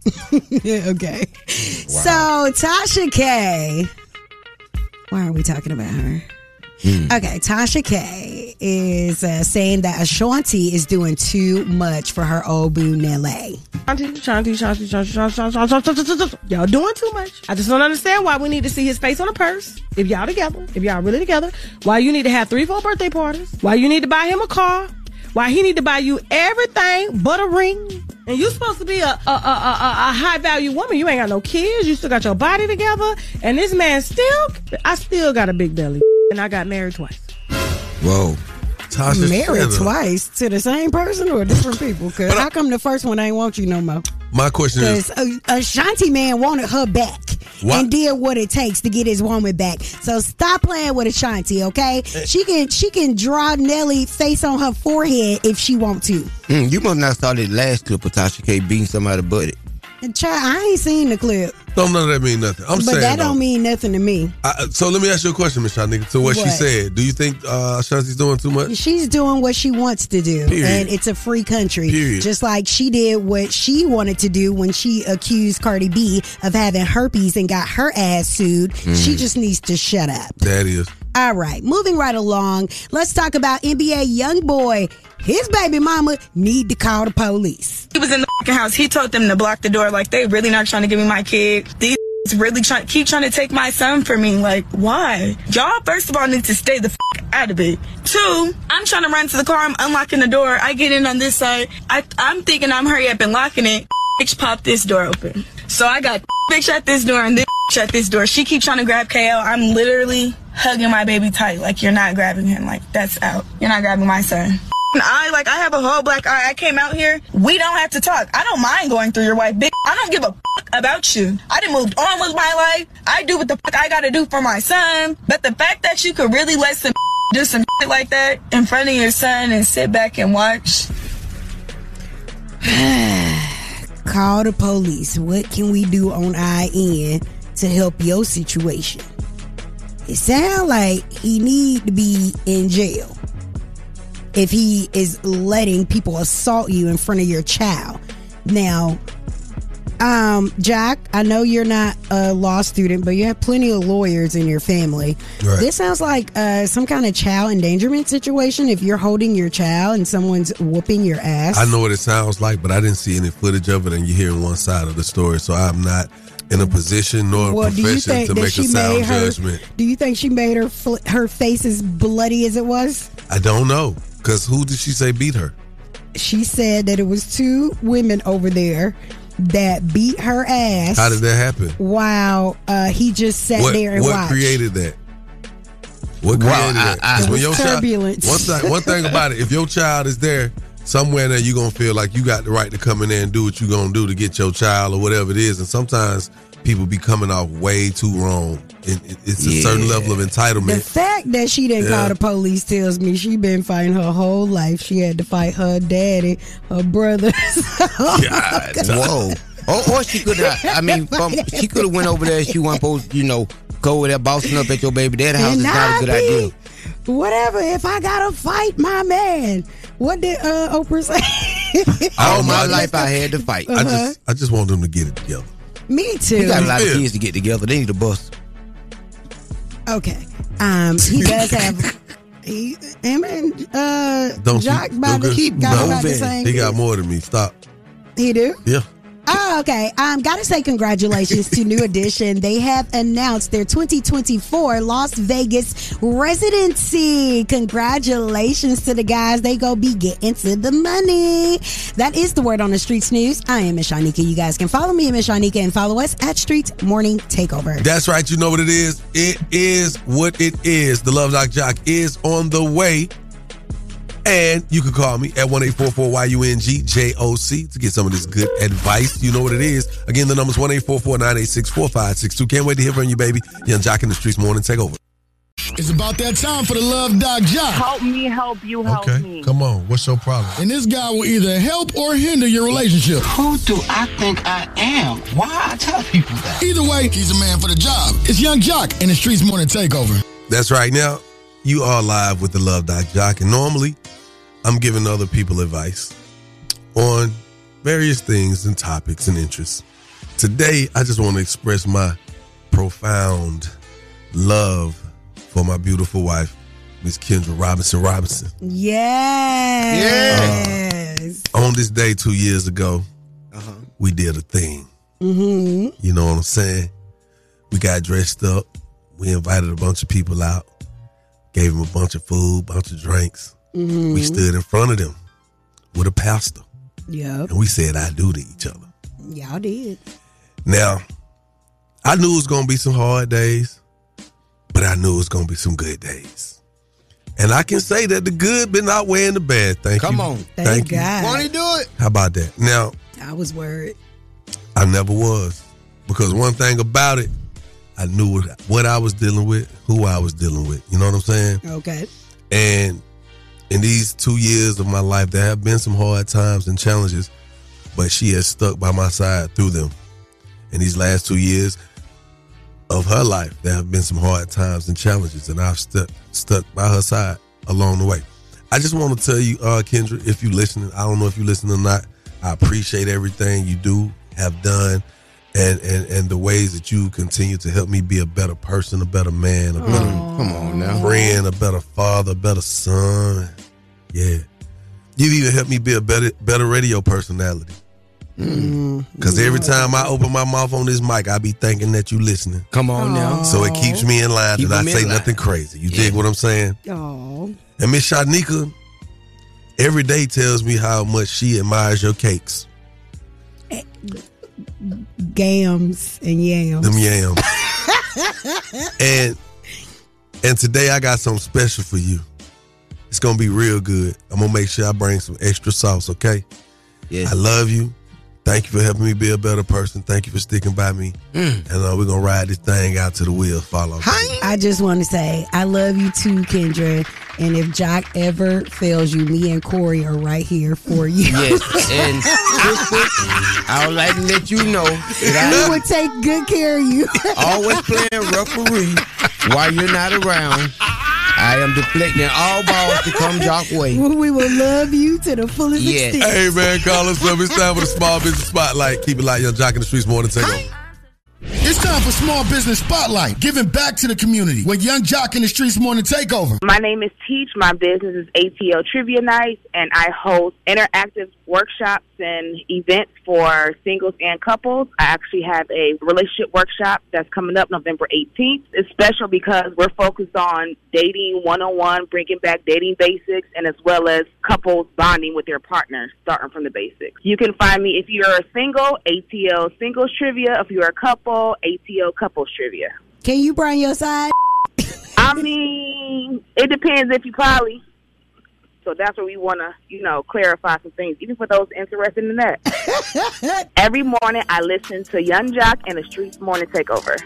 [SPEAKER 3] okay. So Tasha K. Why are we talking about her?
[SPEAKER 4] Hmm.
[SPEAKER 3] Okay, Tasha K is uh, saying that Ashanti is doing too much for her old boo Nele.
[SPEAKER 15] Shanti, Shanti, Shanti, Shanti, Shanti, Shanti, Shanti, Shanti, Shanti, Shanti. Y'all doing too much. I just don't understand why we need to see his face on a purse. If y'all together, if y'all really together, why you need to have three, four birthday parties, why you need to buy him a car, why he need to buy you everything but a ring. And you supposed to be a a, a, a, a high value woman. You ain't got no kids. You still got your body together. And this man still, I still got a big belly. And I got married twice.
[SPEAKER 4] Whoa.
[SPEAKER 2] Tasha
[SPEAKER 3] Married
[SPEAKER 2] Shannon.
[SPEAKER 3] twice to the same person or different people? Cause how come the first one ain't want you no more?
[SPEAKER 2] My question
[SPEAKER 3] Because
[SPEAKER 2] is,
[SPEAKER 3] a Ashanti man wanted her back
[SPEAKER 2] What?
[SPEAKER 3] and did what it takes to get his woman back. So stop playing with Ashanti, okay?
[SPEAKER 2] Eh.
[SPEAKER 3] She can she can draw Nelly face on her forehead if she want to.
[SPEAKER 4] Mm, you must not saw that last clip of Tasha K beating somebody but it.
[SPEAKER 3] And child, I ain't seen the clip,
[SPEAKER 2] don't none of that mean nothing. I'm
[SPEAKER 3] but
[SPEAKER 2] saying,
[SPEAKER 3] that
[SPEAKER 2] though,
[SPEAKER 3] don't mean nothing to me.
[SPEAKER 2] I- so let me ask you a question, Miss Shanika. To what, she
[SPEAKER 3] What?
[SPEAKER 2] said, do you think uh, Shanti's doing too much?
[SPEAKER 3] She's doing what she wants to do,
[SPEAKER 2] Period.
[SPEAKER 3] and it's a free country.
[SPEAKER 2] Period.
[SPEAKER 3] Just like she did what she wanted to do when she accused Cardi B of having herpes and got her ass sued.
[SPEAKER 2] Mm.
[SPEAKER 3] She just needs to shut up.
[SPEAKER 2] That is.
[SPEAKER 3] All right, moving right along. Let's talk about NBA young boy. His baby mama need to call the police.
[SPEAKER 17] He was in the fucking house. He told them to block the door. Like they really not trying to give me my kid. These really trying keep trying to take my son from me. Like why? Y'all first of all need to stay the fuck out of it. Two, I'm trying to run to the car. I'm unlocking the door. I get in on this side. I I'm thinking I'm hurry up and locking it. Bitch, pop this door open. So I got bitch at this door and this bitch at this door. She keep trying to grab KO. I'm literally hugging my baby tight. Like you're not grabbing him. Like that's out. You're not grabbing my son. And I like I have a whole black eye. I came out here. We don't have to talk. I don't mind going through your wife, bitch. I don't give a fuck about you. I done moved on with my life. I do what the fuck I gotta do for my son. But the fact that you could really let some do some shit like that in front of your son and sit back and watch.
[SPEAKER 3] Call the police. What can we do on our end to help your situation? It sounds like he need to be in jail if he is letting people assault you in front of your child. Now, um, Jack, I know you're not a law student, but you have plenty of lawyers in your family.
[SPEAKER 16] Right.
[SPEAKER 3] This sounds like uh, some kind of child endangerment situation. If you're holding your child and someone's whooping your ass,
[SPEAKER 2] I know what it sounds like, but I didn't see any footage of it, and you're hearing one side of the story, so I'm not in a position nor a
[SPEAKER 3] Well, do you
[SPEAKER 2] profession
[SPEAKER 3] think
[SPEAKER 2] to
[SPEAKER 3] that
[SPEAKER 2] make a
[SPEAKER 3] she made
[SPEAKER 2] sound
[SPEAKER 3] her?
[SPEAKER 2] judgment.
[SPEAKER 3] Do you think she made her fl- her face as bloody as it was?
[SPEAKER 2] I don't know, because who did she say beat her?
[SPEAKER 3] She said that it was two women over there that beat her ass.
[SPEAKER 2] How did that happen?
[SPEAKER 3] While uh, he just sat
[SPEAKER 2] what
[SPEAKER 3] there and
[SPEAKER 2] what
[SPEAKER 3] watched.
[SPEAKER 2] created that? What
[SPEAKER 23] Wow,
[SPEAKER 2] created
[SPEAKER 23] I-
[SPEAKER 2] that?
[SPEAKER 23] I-
[SPEAKER 2] 'Cause
[SPEAKER 23] It was
[SPEAKER 2] child-
[SPEAKER 23] turbulence.
[SPEAKER 2] one, thing, one thing about it, if your child is there somewhere there, you gonna feel like you got the right to come in there and do what you gonna do to get your child or whatever it is. And sometimes people be coming off way too wrong. It, it- it's a certain level of
[SPEAKER 3] The
[SPEAKER 2] entitlement.
[SPEAKER 3] fact that she didn't
[SPEAKER 2] Yeah.
[SPEAKER 3] call the police tells me she been fighting her whole life. She had to fight her daddy, her brothers.
[SPEAKER 4] Whoa. Or, or she could have. I mean, from, she could have went over there. She wasn't supposed, to, you know, go over there bouncing up at your baby dad's house.
[SPEAKER 3] And
[SPEAKER 4] is not a good
[SPEAKER 3] I be-
[SPEAKER 4] idea.
[SPEAKER 3] Whatever. If I gotta fight my man, what did uh, Oprah say?
[SPEAKER 4] All my life, I had to fight.
[SPEAKER 3] I just-
[SPEAKER 2] I just want them to get it together.
[SPEAKER 3] me too.
[SPEAKER 4] We got a lot of kids to get together. They need a bus.
[SPEAKER 3] Okay. Um, he does have. He, him and uh,
[SPEAKER 2] Don't
[SPEAKER 3] Jock
[SPEAKER 2] you,
[SPEAKER 3] about
[SPEAKER 2] don't
[SPEAKER 3] to
[SPEAKER 2] you-
[SPEAKER 3] keep got about the
[SPEAKER 2] don't-
[SPEAKER 3] same.
[SPEAKER 2] He got more than me. Stop.
[SPEAKER 3] He do.
[SPEAKER 2] Yeah.
[SPEAKER 3] Oh, okay. Um, gotta say congratulations to New Edition. They have announced their 2024 Las Vegas residency. Congratulations to the guys. They go be getting to the money. That is the word on the streets news. I am Miss Shanika. You guys can follow me at Miss Shanika and follow us at Streets Morning Takeover.
[SPEAKER 2] That's right. You know what it is. It is what it is. The Love Doc Jock is on the way. And you can call me at 1 844 YUNG JOC to get some of this good advice. You know what it is. Again, the number's 1 844 986 4562. Can't wait to hear from you, baby. Young Jock in the Streets Morning Takeover.
[SPEAKER 7] It's about that time for the Love Doc Jock. Help me, help you, help
[SPEAKER 2] Come on. What's your problem?
[SPEAKER 7] And this guy will either help or hinder your relationship. Who do I think I am? Why I tell people that? Either way, he's a man for the job. It's Young Jock and the Streets Morning Takeover.
[SPEAKER 2] That's right. Now, you are live with the Love Doc Jock. And normally, I'm giving other people advice on various things and topics and interests. Today, I just want to express my profound love for my beautiful wife, Miss Kendra Robinson Robinson.
[SPEAKER 3] Yes.
[SPEAKER 2] On this day two years ago, we did a thing.
[SPEAKER 3] Mm-hmm.
[SPEAKER 2] You know what I'm saying? We got dressed up. We invited a bunch of people out. Gave them a bunch of food, bunch of drinks.
[SPEAKER 3] Mhm.
[SPEAKER 2] We stood in front of them with a pastor,
[SPEAKER 3] Yep.
[SPEAKER 2] and we said "I do" to each other.
[SPEAKER 3] Y'all did.
[SPEAKER 2] Now, I knew it was gonna be some hard days, but I knew it was gonna be some good days. And I can say that the good been outweighing the bad. Thank you.
[SPEAKER 4] Come on.
[SPEAKER 2] Thank, you.
[SPEAKER 4] Won't he do it?
[SPEAKER 2] How about that? Now,
[SPEAKER 3] I was worried.
[SPEAKER 2] I never was. Because one thing about it, I knew what, what I was dealing with, who I was dealing with. You know what I'm saying?
[SPEAKER 3] Okay.
[SPEAKER 2] And in these two years of my life, there have been some hard times and challenges, but she has stuck by my side through them. In these last two years of her life, there have been some hard times and challenges, and I've stuck stuck by her side along the way. I just want to tell you, uh, Kendra, if you listening, I don't know if you listen or not. I appreciate everything you do, have done, and and and the ways that you continue to help me be a better person, a better man, a better come on now friend, a better father, a better son. Yeah, you've even helped me be a better better radio personality. Because every time I open my mouth on this mic, I be thinking that you listening. Come on now. So it keeps me in line
[SPEAKER 4] Keep
[SPEAKER 2] that I
[SPEAKER 4] him in
[SPEAKER 2] say
[SPEAKER 4] line.
[SPEAKER 2] nothing crazy. You dig what I'm saying?
[SPEAKER 3] Oh.
[SPEAKER 2] And Miss Shanika every day tells me how much she admires your cakes.
[SPEAKER 3] Gams and yams.
[SPEAKER 2] Them yams. and and today I got something special for you. It's gonna be real good. I'm gonna make sure I bring some extra sauce, okay? Yeah. I love you. Thank you for helping me be a better person. Thank you for sticking by me. And uh, we're gonna ride this thing out to the wheels follow.
[SPEAKER 3] I just want to say I love you too, Kendra. And if Jock ever fails you, me and Corey are right here for you.
[SPEAKER 4] Yes. And Crystal, I would like to let you know that
[SPEAKER 3] we would take good care of you.
[SPEAKER 4] I always playing referee while you're not around. I am deflecting all balls to come your way.
[SPEAKER 3] we will love you to the fullest extent.
[SPEAKER 2] Hey man, call us up. It's time for the small business spotlight. Keep it light, young jock in the streets morning take over.
[SPEAKER 7] It's time for Small Business Spotlight, giving back to the community with Young Jock and the Streets Morning Takeover.
[SPEAKER 16] My name is Teach. My business is ATL Trivia Nights, and I host interactive workshops and events for singles and couples. I actually have a relationship workshop that's coming up November 18th. It's special because we're focused on dating 101, bringing back dating basics, and as well as couples bonding with their partners, starting from the basics. You can find me if you're single, ATL Singles Trivia. If you're a couple, ATL Couples Trivia.
[SPEAKER 3] Can you bring your side?
[SPEAKER 16] I mean, it depends if you poly. So that's where we want to, you know, clarify some things, even for those interested in that. Every morning, I listen to Young Jock and the Streets Morning Takeover.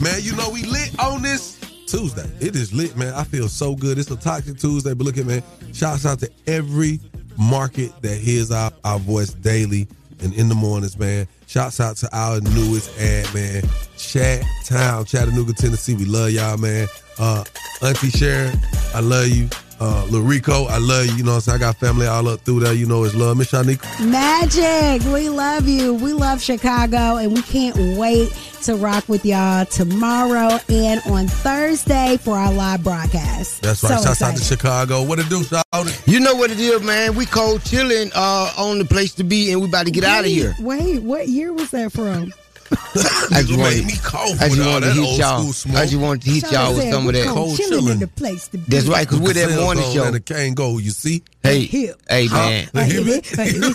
[SPEAKER 2] Man, you know we lit on this Tuesday. It is lit, man. I feel so good. It's a toxic Tuesday, but look at man. Shouts out to every market that hears our, our voice daily and in the mornings, man. Shouts out to our newest ad, man. Chat Town, Chattanooga, Tennessee. We love y'all, man. Uh, Auntie Sharon, I love you. Uh, Larico, I love you. You know what I'm saying? I got family all up through there. You know it's love. Miss Shanique,
[SPEAKER 3] Magic, we love you. We love Chicago, and we can't wait to rock with y'all tomorrow and on Thursday for our live broadcast.
[SPEAKER 2] That's right.
[SPEAKER 3] So
[SPEAKER 2] Shouts out to
[SPEAKER 3] excited.
[SPEAKER 2] Chicago. What it do, shout
[SPEAKER 4] You know what it is, man. We cold chilling uh, on the place to be, and we about to get out of
[SPEAKER 3] Wait,
[SPEAKER 4] here.
[SPEAKER 3] Wait, what year was that from?
[SPEAKER 4] I just wanted,
[SPEAKER 2] me cold
[SPEAKER 4] I just
[SPEAKER 2] with all
[SPEAKER 4] wanted
[SPEAKER 2] that
[SPEAKER 4] to
[SPEAKER 2] old
[SPEAKER 4] hit y'all.
[SPEAKER 2] school smoke.
[SPEAKER 4] I just wanted to hit y'all with some of that
[SPEAKER 3] Cold chilling in the place to be.
[SPEAKER 4] That's right, 'cause we're that
[SPEAKER 2] Sales
[SPEAKER 4] morning
[SPEAKER 2] on
[SPEAKER 4] show.
[SPEAKER 2] And the cane go, you see?
[SPEAKER 4] Hey, hey, man.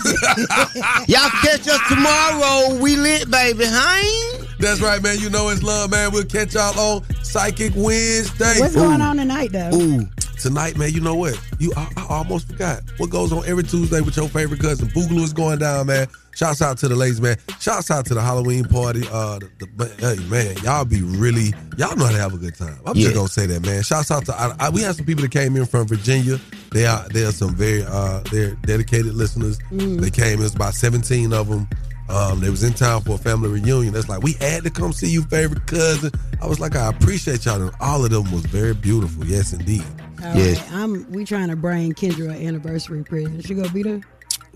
[SPEAKER 4] Y'all can catch us tomorrow. We lit, baby, huh?
[SPEAKER 2] That's right, man. You know it's love, man. We'll catch y'all on Psychic Wednesday.
[SPEAKER 3] What's going on tonight, though?
[SPEAKER 2] Ooh. Tonight, man, you know what? You I, I almost forgot what goes on every Tuesday with your favorite cousin. Boogaloo is going down, man. Shouts out to the ladies, man. Shouts out to the Halloween party. Uh, the, the, but, hey, man, y'all be really y'all know how to have a good time. I'm
[SPEAKER 23] Yeah.
[SPEAKER 2] just gonna say that, man. Shouts out to I, I, we have some people that came in from Virginia. They are they are some very uh they're dedicated listeners.
[SPEAKER 23] Mm.
[SPEAKER 2] They came. It was about 17 of them. Um, they was in town for a family reunion. That's like we had to come see you, favorite cousin. I was like, I appreciate y'all, and all of them was very beautiful. Yes, indeed.
[SPEAKER 3] All right, I'm. We trying to bring Kendra an anniversary present. She gonna be there.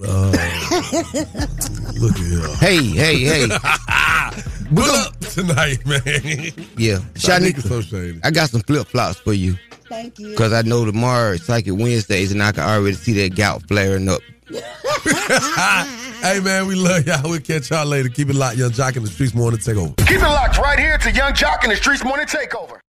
[SPEAKER 2] Uh, look at him.
[SPEAKER 4] Hey, hey, hey.
[SPEAKER 2] Pull up tonight, man.
[SPEAKER 4] Yeah.
[SPEAKER 2] Shanique is so
[SPEAKER 4] Shanique,
[SPEAKER 2] shady.
[SPEAKER 4] I got some flip flops for you.
[SPEAKER 3] Thank you.
[SPEAKER 4] Because I know tomorrow it's Psychic Wednesdays, and I can already see that gout flaring up.
[SPEAKER 2] hey man, we love y'all. We'll catch y'all later. Keep it locked, young Jock in the streets morning take over.
[SPEAKER 7] Keep it locked right here to Young Jock and the Streets Morning Takeover.